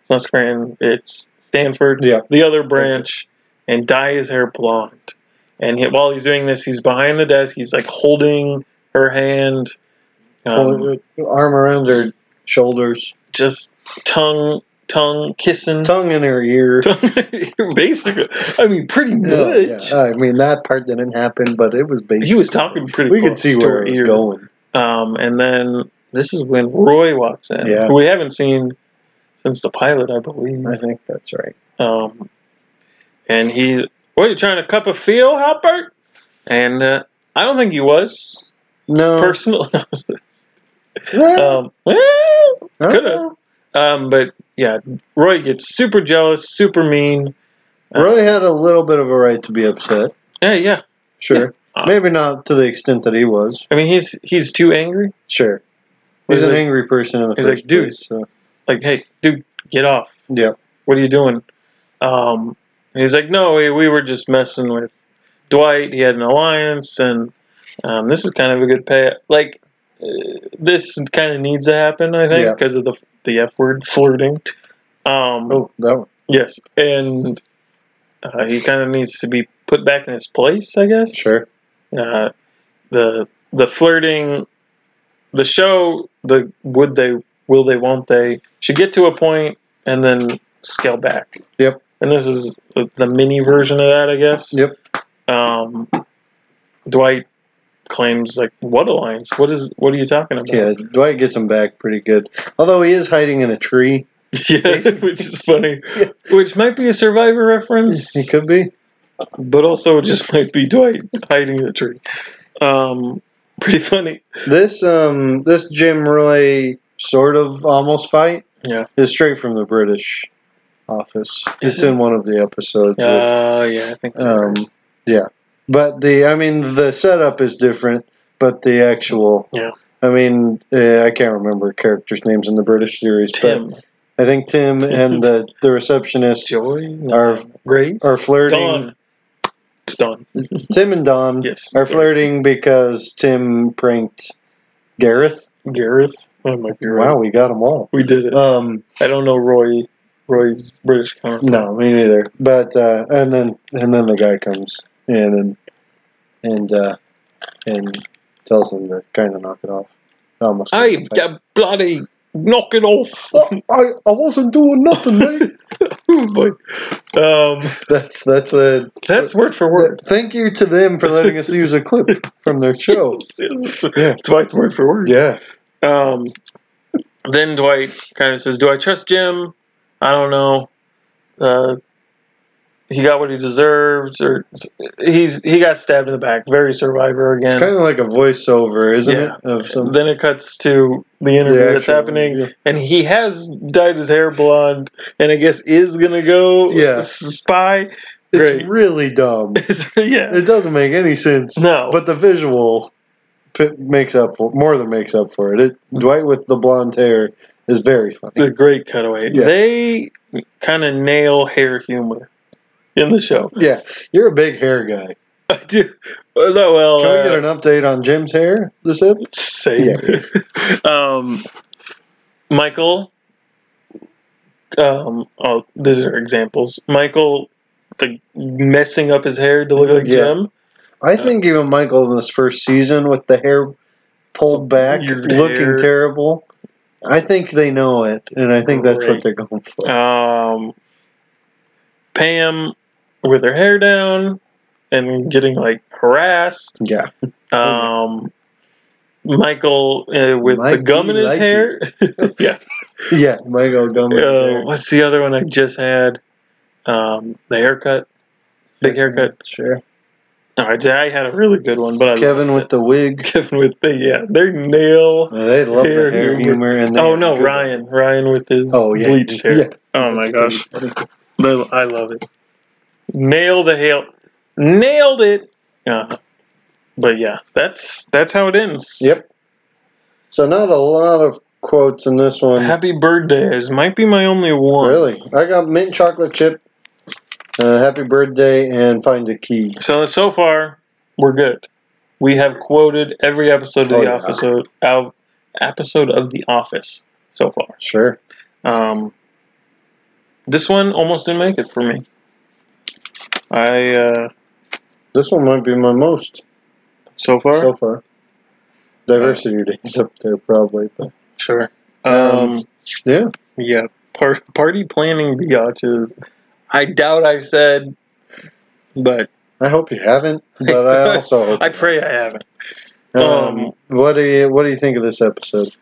Speaker 5: not Scranton. It's Stanford.
Speaker 6: Yeah.
Speaker 5: the other branch, and dye his hair blonde." And he, while he's doing this, he's behind the desk. He's like holding her hand, um, Mm-hmm.
Speaker 6: Well, arm around her shoulders,
Speaker 5: just tongue tongue kissing.
Speaker 6: tongue in her
Speaker 5: (laughs)
Speaker 6: ear.
Speaker 5: Basically, I mean, pretty
Speaker 6: Yeah,
Speaker 5: much.
Speaker 6: yeah. I mean that part didn't happen, but it was basically
Speaker 5: he was talking pretty.
Speaker 6: We could
Speaker 5: close
Speaker 6: see
Speaker 5: to
Speaker 6: where
Speaker 5: her
Speaker 6: it was
Speaker 5: ear.
Speaker 6: going.
Speaker 5: Um, and then this is when Roy walks in,
Speaker 6: Yeah.
Speaker 5: who we haven't seen since the pilot, I believe.
Speaker 6: I think that's right.
Speaker 5: Um, and he, what are you trying to cup a feel, Halpert? And uh, I don't think he was (laughs)
Speaker 6: No.
Speaker 5: personal.
Speaker 6: Well,
Speaker 5: um, well,
Speaker 6: I don't
Speaker 5: coulda.
Speaker 6: know.
Speaker 5: um, but yeah, Roy gets super jealous, super mean. Uh,
Speaker 6: Roy had a little bit of a right to be upset.
Speaker 5: yeah, yeah.
Speaker 6: Sure.
Speaker 5: Yeah. Uh.
Speaker 6: Maybe not to the extent that he was.
Speaker 5: I mean, he's he's too angry.
Speaker 6: Sure.
Speaker 5: He's
Speaker 6: He's an
Speaker 5: like-
Speaker 6: angry person in the
Speaker 5: he's
Speaker 6: first
Speaker 5: like, dude.
Speaker 6: place. So.
Speaker 5: Like, hey, dude, get off.
Speaker 6: Yeah.
Speaker 5: what are you doing? Um, and he's like, no, we, we were just messing with Dwight. He had an alliance, and um, this is kind of a good pay. Like, uh, this kind of needs to happen, I think,
Speaker 6: Yeah.
Speaker 5: because of the the F word flirting. Um,
Speaker 6: Oh, that one.
Speaker 5: yes, and uh, he kind of needs to be put back in his place, I guess.
Speaker 6: Sure.
Speaker 5: Uh, the the flirting, the show, the would they, will they, won't they, should get to a point and then scale back.
Speaker 6: Yep.
Speaker 5: And this is the, the mini version of that, I guess.
Speaker 6: Yep.
Speaker 5: Um, Dwight claims like what alliance? What is? What are you talking about?
Speaker 6: Yeah, Dwight gets him back pretty good. Although he is hiding in a tree.
Speaker 5: (laughs) Yeah, (laughs) which is funny. Which might be a Survivor reference,
Speaker 6: He could be.
Speaker 5: but also it just might be Dwight hiding in a tree. Um, pretty funny.
Speaker 6: This um this Jim Roy sort of almost fight
Speaker 5: Yeah.
Speaker 6: is straight from the British office. It's in one of the episodes. with-
Speaker 5: Uh, yeah, I think.
Speaker 6: Um, yeah, but the I mean the setup is different, but the actual
Speaker 5: Yeah.
Speaker 6: I mean uh, I can't remember characters' names in the British series,
Speaker 5: Tim,
Speaker 6: but I think Tim and the the receptionist
Speaker 5: Joy,
Speaker 6: Our-
Speaker 5: Grace,
Speaker 6: are flirting.
Speaker 5: Dawn. It's (laughs) Dawn.
Speaker 6: Tim and Don
Speaker 5: Yes.
Speaker 6: are flirting because Tim pranked Gareth.
Speaker 5: Gareth. Oh my god.
Speaker 6: Wow, we got them all.
Speaker 5: We did it.
Speaker 6: Um,
Speaker 5: I don't know Roy. Roy's British counterpart.
Speaker 6: no, me neither. But uh, and then and then the guy comes in and and uh, and tells them to kind of knock it off. I almost got
Speaker 5: Hey, (laughs)
Speaker 6: something.
Speaker 5: you bloody knock it off.
Speaker 6: Oh, I, I wasn't doing
Speaker 5: (laughs)
Speaker 6: nothing, (laughs) mate.
Speaker 5: Oh, boy. um,
Speaker 6: that's that's a
Speaker 5: that's word for word.
Speaker 6: thank you to them for letting us use a clip from
Speaker 5: (laughs)
Speaker 6: their show. Yeah.
Speaker 5: It's Dwight's word for word.
Speaker 6: Yeah,
Speaker 5: Um, then Dwight kind of says, Do I trust Jim? I don't know. Uh, he got what he deserved, or he's he got stabbed in the back. Very survivor
Speaker 6: it's
Speaker 5: again.
Speaker 6: kind of like a voiceover, isn't
Speaker 5: Yeah.
Speaker 6: it? Of some
Speaker 5: then it cuts to the interview
Speaker 6: the
Speaker 5: that's
Speaker 6: actual-
Speaker 5: happening,
Speaker 6: yeah.
Speaker 5: and he has dyed his hair blonde, and I guess is gonna go
Speaker 6: Yeah.
Speaker 5: s- spy.
Speaker 6: It's
Speaker 5: Great.
Speaker 6: (laughs) really
Speaker 5: (laughs)
Speaker 6: dumb.
Speaker 5: It's- yeah,
Speaker 6: It doesn't make any sense.
Speaker 5: no,
Speaker 6: But the visual p- makes up for more than makes up for it. it. Dwight with the blonde hair is very
Speaker 5: the
Speaker 6: funny.
Speaker 5: great cutaway.
Speaker 6: Yeah.
Speaker 5: They kind of nail hair humor in the show. (laughs)
Speaker 6: Yeah, you're a big hair guy.
Speaker 5: I do. Although, well,
Speaker 6: Can we
Speaker 5: uh,
Speaker 6: get an update on Jim's hair? This ep?
Speaker 5: same. (laughs) um, Michael. Um, oh, these are examples. Michael, like messing up his hair to look like
Speaker 6: Mm-hmm. Yeah.
Speaker 5: Jim.
Speaker 6: I think even Michael in this first season with the hair pulled back,
Speaker 5: Your
Speaker 6: looking
Speaker 5: hair.
Speaker 6: terrible. I think they know it, and I think that's what
Speaker 5: Great.
Speaker 6: they're going
Speaker 5: (laughs)
Speaker 6: for.
Speaker 5: um, Pam with her hair
Speaker 6: Oh,
Speaker 5: down and getting like harassed.
Speaker 6: yeah,
Speaker 5: Um, Michael uh, with the
Speaker 6: Mikey
Speaker 5: gum in his
Speaker 6: Likey.
Speaker 5: hair. yeah.
Speaker 6: Yeah, Michael Gummer.
Speaker 5: (laughs) Uh, what's the other one I just had? Um, the haircut, big haircut.
Speaker 6: Sure.
Speaker 5: No, I, I had a really good one, but I
Speaker 6: Kevin
Speaker 5: lost
Speaker 6: with
Speaker 5: it. (laughs)
Speaker 6: the wig.
Speaker 5: Kevin with the yeah, they nail.
Speaker 6: Uh, they love
Speaker 5: Hair
Speaker 6: the hair
Speaker 5: humor.
Speaker 6: humor. and they
Speaker 5: Oh
Speaker 6: have
Speaker 5: no,
Speaker 6: good-
Speaker 5: Ryan, Ryan with his
Speaker 6: Oh yeah,
Speaker 5: bleached hair.
Speaker 6: Yeah.
Speaker 5: Oh my
Speaker 6: That's
Speaker 5: gosh, I I love it. Nail the hail, nailed it. Yeah, but yeah, that's that's how it ends.
Speaker 6: Yep. So not a lot of quotes in this one.
Speaker 5: Happy birthday is might be my only one.
Speaker 6: Really? I got mint chocolate chip, uh, happy birthday, and find a key.
Speaker 5: So so far, we're good. We have quoted every episode of
Speaker 6: Oh,
Speaker 5: the
Speaker 6: yeah.
Speaker 5: episode of episode of The Office so far.
Speaker 6: Sure.
Speaker 5: Um, this one almost didn't make it for me. I uh,
Speaker 6: This one might be my most
Speaker 5: so far
Speaker 6: so far. Diversity days up there probably, but
Speaker 5: sure.
Speaker 6: Um,
Speaker 5: Um,
Speaker 6: yeah.
Speaker 5: yeah, par- party planning biatches. I doubt I've said, but
Speaker 6: I hope you
Speaker 5: (laughs)
Speaker 6: haven't, but I also hope.
Speaker 5: I pray I haven't.
Speaker 6: Um, what do you What do you think of this episode?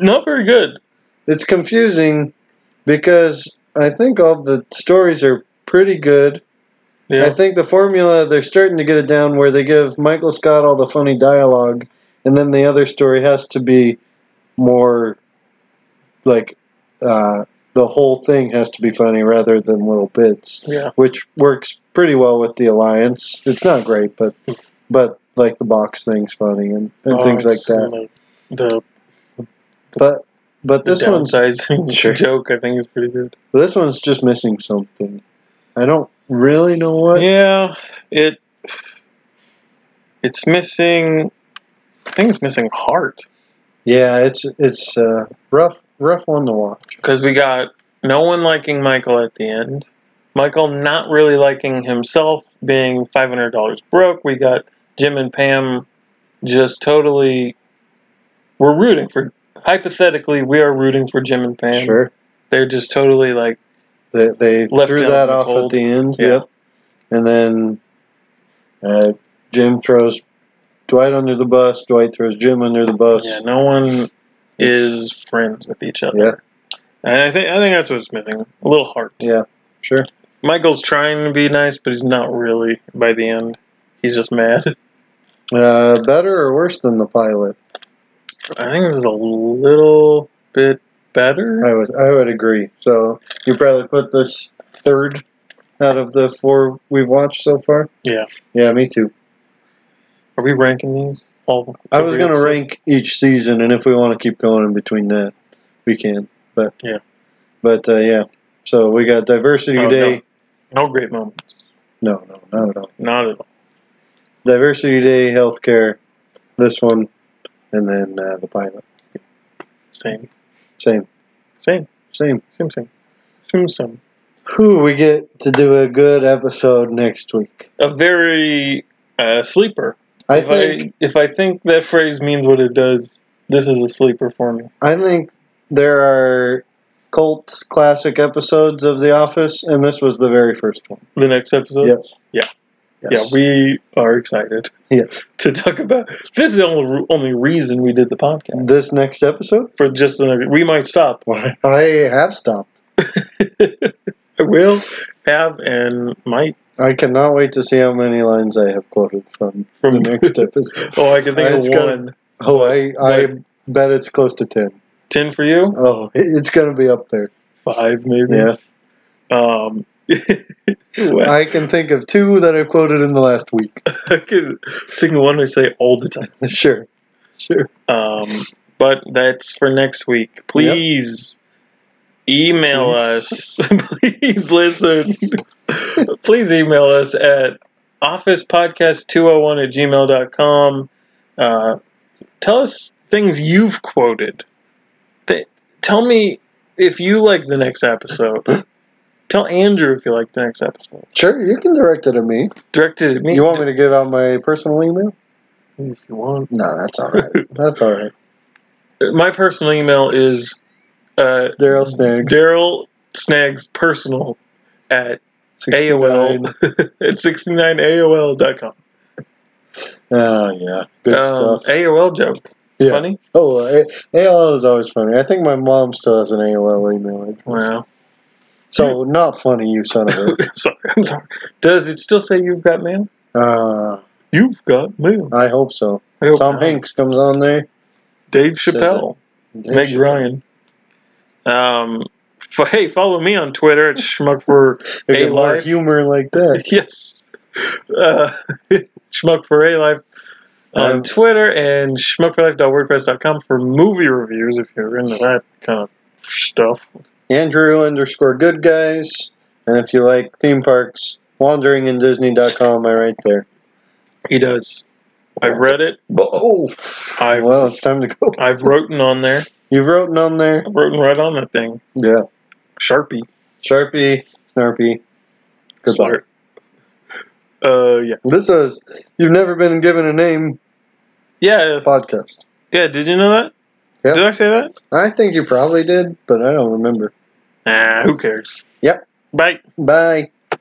Speaker 5: Not very good.
Speaker 6: It's confusing because I think all the stories are pretty good.
Speaker 5: Yeah.
Speaker 6: I think the formula they're starting to get it down where they give Michael Scott all the funny dialogue, and then the other story has to be more like uh, the whole thing has to be funny rather than little bits,
Speaker 5: yeah.
Speaker 6: which works pretty well with the alliance. It's not great, but but like the box thing's funny and, and things like
Speaker 5: Box
Speaker 6: that.
Speaker 5: and, Oh, like, the
Speaker 6: But but
Speaker 5: The
Speaker 6: this
Speaker 5: (laughs)
Speaker 6: one's
Speaker 5: downsizing
Speaker 6: Sure.
Speaker 5: joke I think is pretty good.
Speaker 6: this one's just missing something. I don't really know what.
Speaker 5: Yeah, it it's missing. I think it's missing heart
Speaker 6: Yeah, it's it's uh, rough rough one to watch.
Speaker 5: because we got no one liking Michael at the end. Michael not really liking himself, being five hundred dollars broke. We got Jim and Pam just totally. We're rooting for. Hypothetically, we are rooting for Jim and Pam.
Speaker 6: Sure.
Speaker 5: They're just totally like,
Speaker 6: They, they
Speaker 5: Left
Speaker 6: threw
Speaker 5: out in
Speaker 6: that
Speaker 5: the
Speaker 6: off
Speaker 5: cold.
Speaker 6: at the end.
Speaker 5: Yeah.
Speaker 6: Yep. And then uh, Jim throws Dwight under the bus. Dwight throws Jim under the bus.
Speaker 5: yeah, no one is friends with each other.
Speaker 6: Yeah.
Speaker 5: And I think I think that's what's missing. A little heart.
Speaker 6: Sure.
Speaker 5: Michael's trying to be nice, but he's not really by the end. He's just mad. (laughs)
Speaker 6: Uh, better or worse than the pilot?
Speaker 5: I think this is a little bit better.
Speaker 6: I would I would agree. So you probably put this third out of the four we've watched so far.
Speaker 5: Yeah.
Speaker 6: Yeah, me too.
Speaker 5: Are we ranking these? All
Speaker 6: I was
Speaker 5: every
Speaker 6: going to
Speaker 5: episode?
Speaker 6: rank each season, and if we want to keep going in between that, we can. But
Speaker 5: Yeah.
Speaker 6: But uh, yeah. So we got Diversity
Speaker 5: Oh,
Speaker 6: Day.
Speaker 5: No great moments.
Speaker 6: No. no, no, not at all.
Speaker 5: Not at all.
Speaker 6: Diversity Day, healthcare, this one, and then uh, the pilot.
Speaker 5: Same.
Speaker 6: Same,
Speaker 5: Same.
Speaker 6: same.
Speaker 5: Same. Same. Same. Same.
Speaker 6: Whew, we get to do a good episode next week.
Speaker 5: A very uh, sleeper.
Speaker 6: I
Speaker 5: if
Speaker 6: think.
Speaker 5: I if I think that phrase means what it does, this is a sleeper for me.
Speaker 6: I, think there are cult classic episodes of The Office, and this was the very first one.
Speaker 5: The next episode.
Speaker 6: Yes.
Speaker 5: Yeah.
Speaker 6: Yes.
Speaker 5: Yeah. We are excited (laughs)
Speaker 6: yes.
Speaker 5: to talk about. This is the only only reason we did the podcast.
Speaker 6: This next episode, (laughs)
Speaker 5: for just another. We might stop.
Speaker 6: Why, I have stopped.
Speaker 5: I will have and might.
Speaker 6: I cannot wait to see how many lines I have quoted
Speaker 5: (laughs)
Speaker 6: from,
Speaker 5: From-
Speaker 6: the next episode.
Speaker 5: Oh, I can think
Speaker 6: It's
Speaker 5: of
Speaker 6: gotta-
Speaker 5: one.
Speaker 6: Oh, I, I bet it's close to ten.
Speaker 5: Ten for you,
Speaker 6: Oh, (laughs) it- it's gonna be up there.
Speaker 5: five maybe.
Speaker 6: Yeah,
Speaker 5: Um. (laughs) well,
Speaker 6: I can think of two that I quoted in the last week. (laughs)
Speaker 5: I can think of one I say all the time.
Speaker 6: sure, sure.
Speaker 5: Um. But that's for next week. Please email us. (laughs) Please listen. Please email us at officepodcast201 at gmail.com. Uh, tell us things you've quoted. Th- tell me if you like the next episode. tell Andrew if you like the next episode.
Speaker 6: Sure, you can direct it at me.
Speaker 5: Directed at me.
Speaker 6: You want me to give out my personal email?
Speaker 5: If you want.
Speaker 6: No, that's all right. (laughs) That's all right.
Speaker 5: My personal email is uh,
Speaker 6: Daryl Snags.
Speaker 5: Daryl Snags personal at
Speaker 6: 69.
Speaker 5: AOL at 69AOL.com.
Speaker 6: Oh, yeah. Good
Speaker 5: Um,
Speaker 6: stuff.
Speaker 5: AOL joke.
Speaker 6: Yeah.
Speaker 5: Funny?
Speaker 6: Oh, A- AOL is always funny. I think my mom still has an AOL email address.
Speaker 5: Wow. (laughs)
Speaker 6: So, not funny, you son (laughs) of a.
Speaker 5: sorry, I'm sorry. Does it still say you've got mail?
Speaker 6: Uh,
Speaker 5: You've got mail.
Speaker 6: I hope so.
Speaker 5: I hope
Speaker 6: Tom
Speaker 5: not.
Speaker 6: Hanks comes on there.
Speaker 5: Dave
Speaker 6: Says it.
Speaker 5: Chappelle. Meg Ryan. Um, f- hey, follow me on Twitter at schmuck for
Speaker 6: They
Speaker 5: a
Speaker 6: can learn
Speaker 5: life.
Speaker 6: humor like that.
Speaker 5: (laughs) yes, uh, (laughs) schmuck for a life on
Speaker 6: I'm-
Speaker 5: Twitter and schmuckforlife.wordpress.com for movie reviews if you're into that kind of stuff.
Speaker 6: Andrew underscore good guys. And if you like theme parks, wanderingindisney.com, I right there.
Speaker 5: He does. I've read it.
Speaker 6: Oh,
Speaker 5: I've
Speaker 6: well, it's time to go. (laughs)
Speaker 5: I've written on there.
Speaker 6: You've written on there?
Speaker 5: I've written right on that thing.
Speaker 6: Yeah.
Speaker 5: Sharpie.
Speaker 6: Sharpie, Snarpy. Goodbye.
Speaker 5: Slur. Uh, yeah.
Speaker 6: This is You've Never Been Given a Name
Speaker 5: Yeah,
Speaker 6: podcast.
Speaker 5: yeah. Did you know that?
Speaker 6: Yeah.
Speaker 5: Did I say that?
Speaker 6: I think you probably did, but I don't remember.
Speaker 5: Nah, who cares?
Speaker 6: Yep.
Speaker 5: Bye.
Speaker 6: Bye.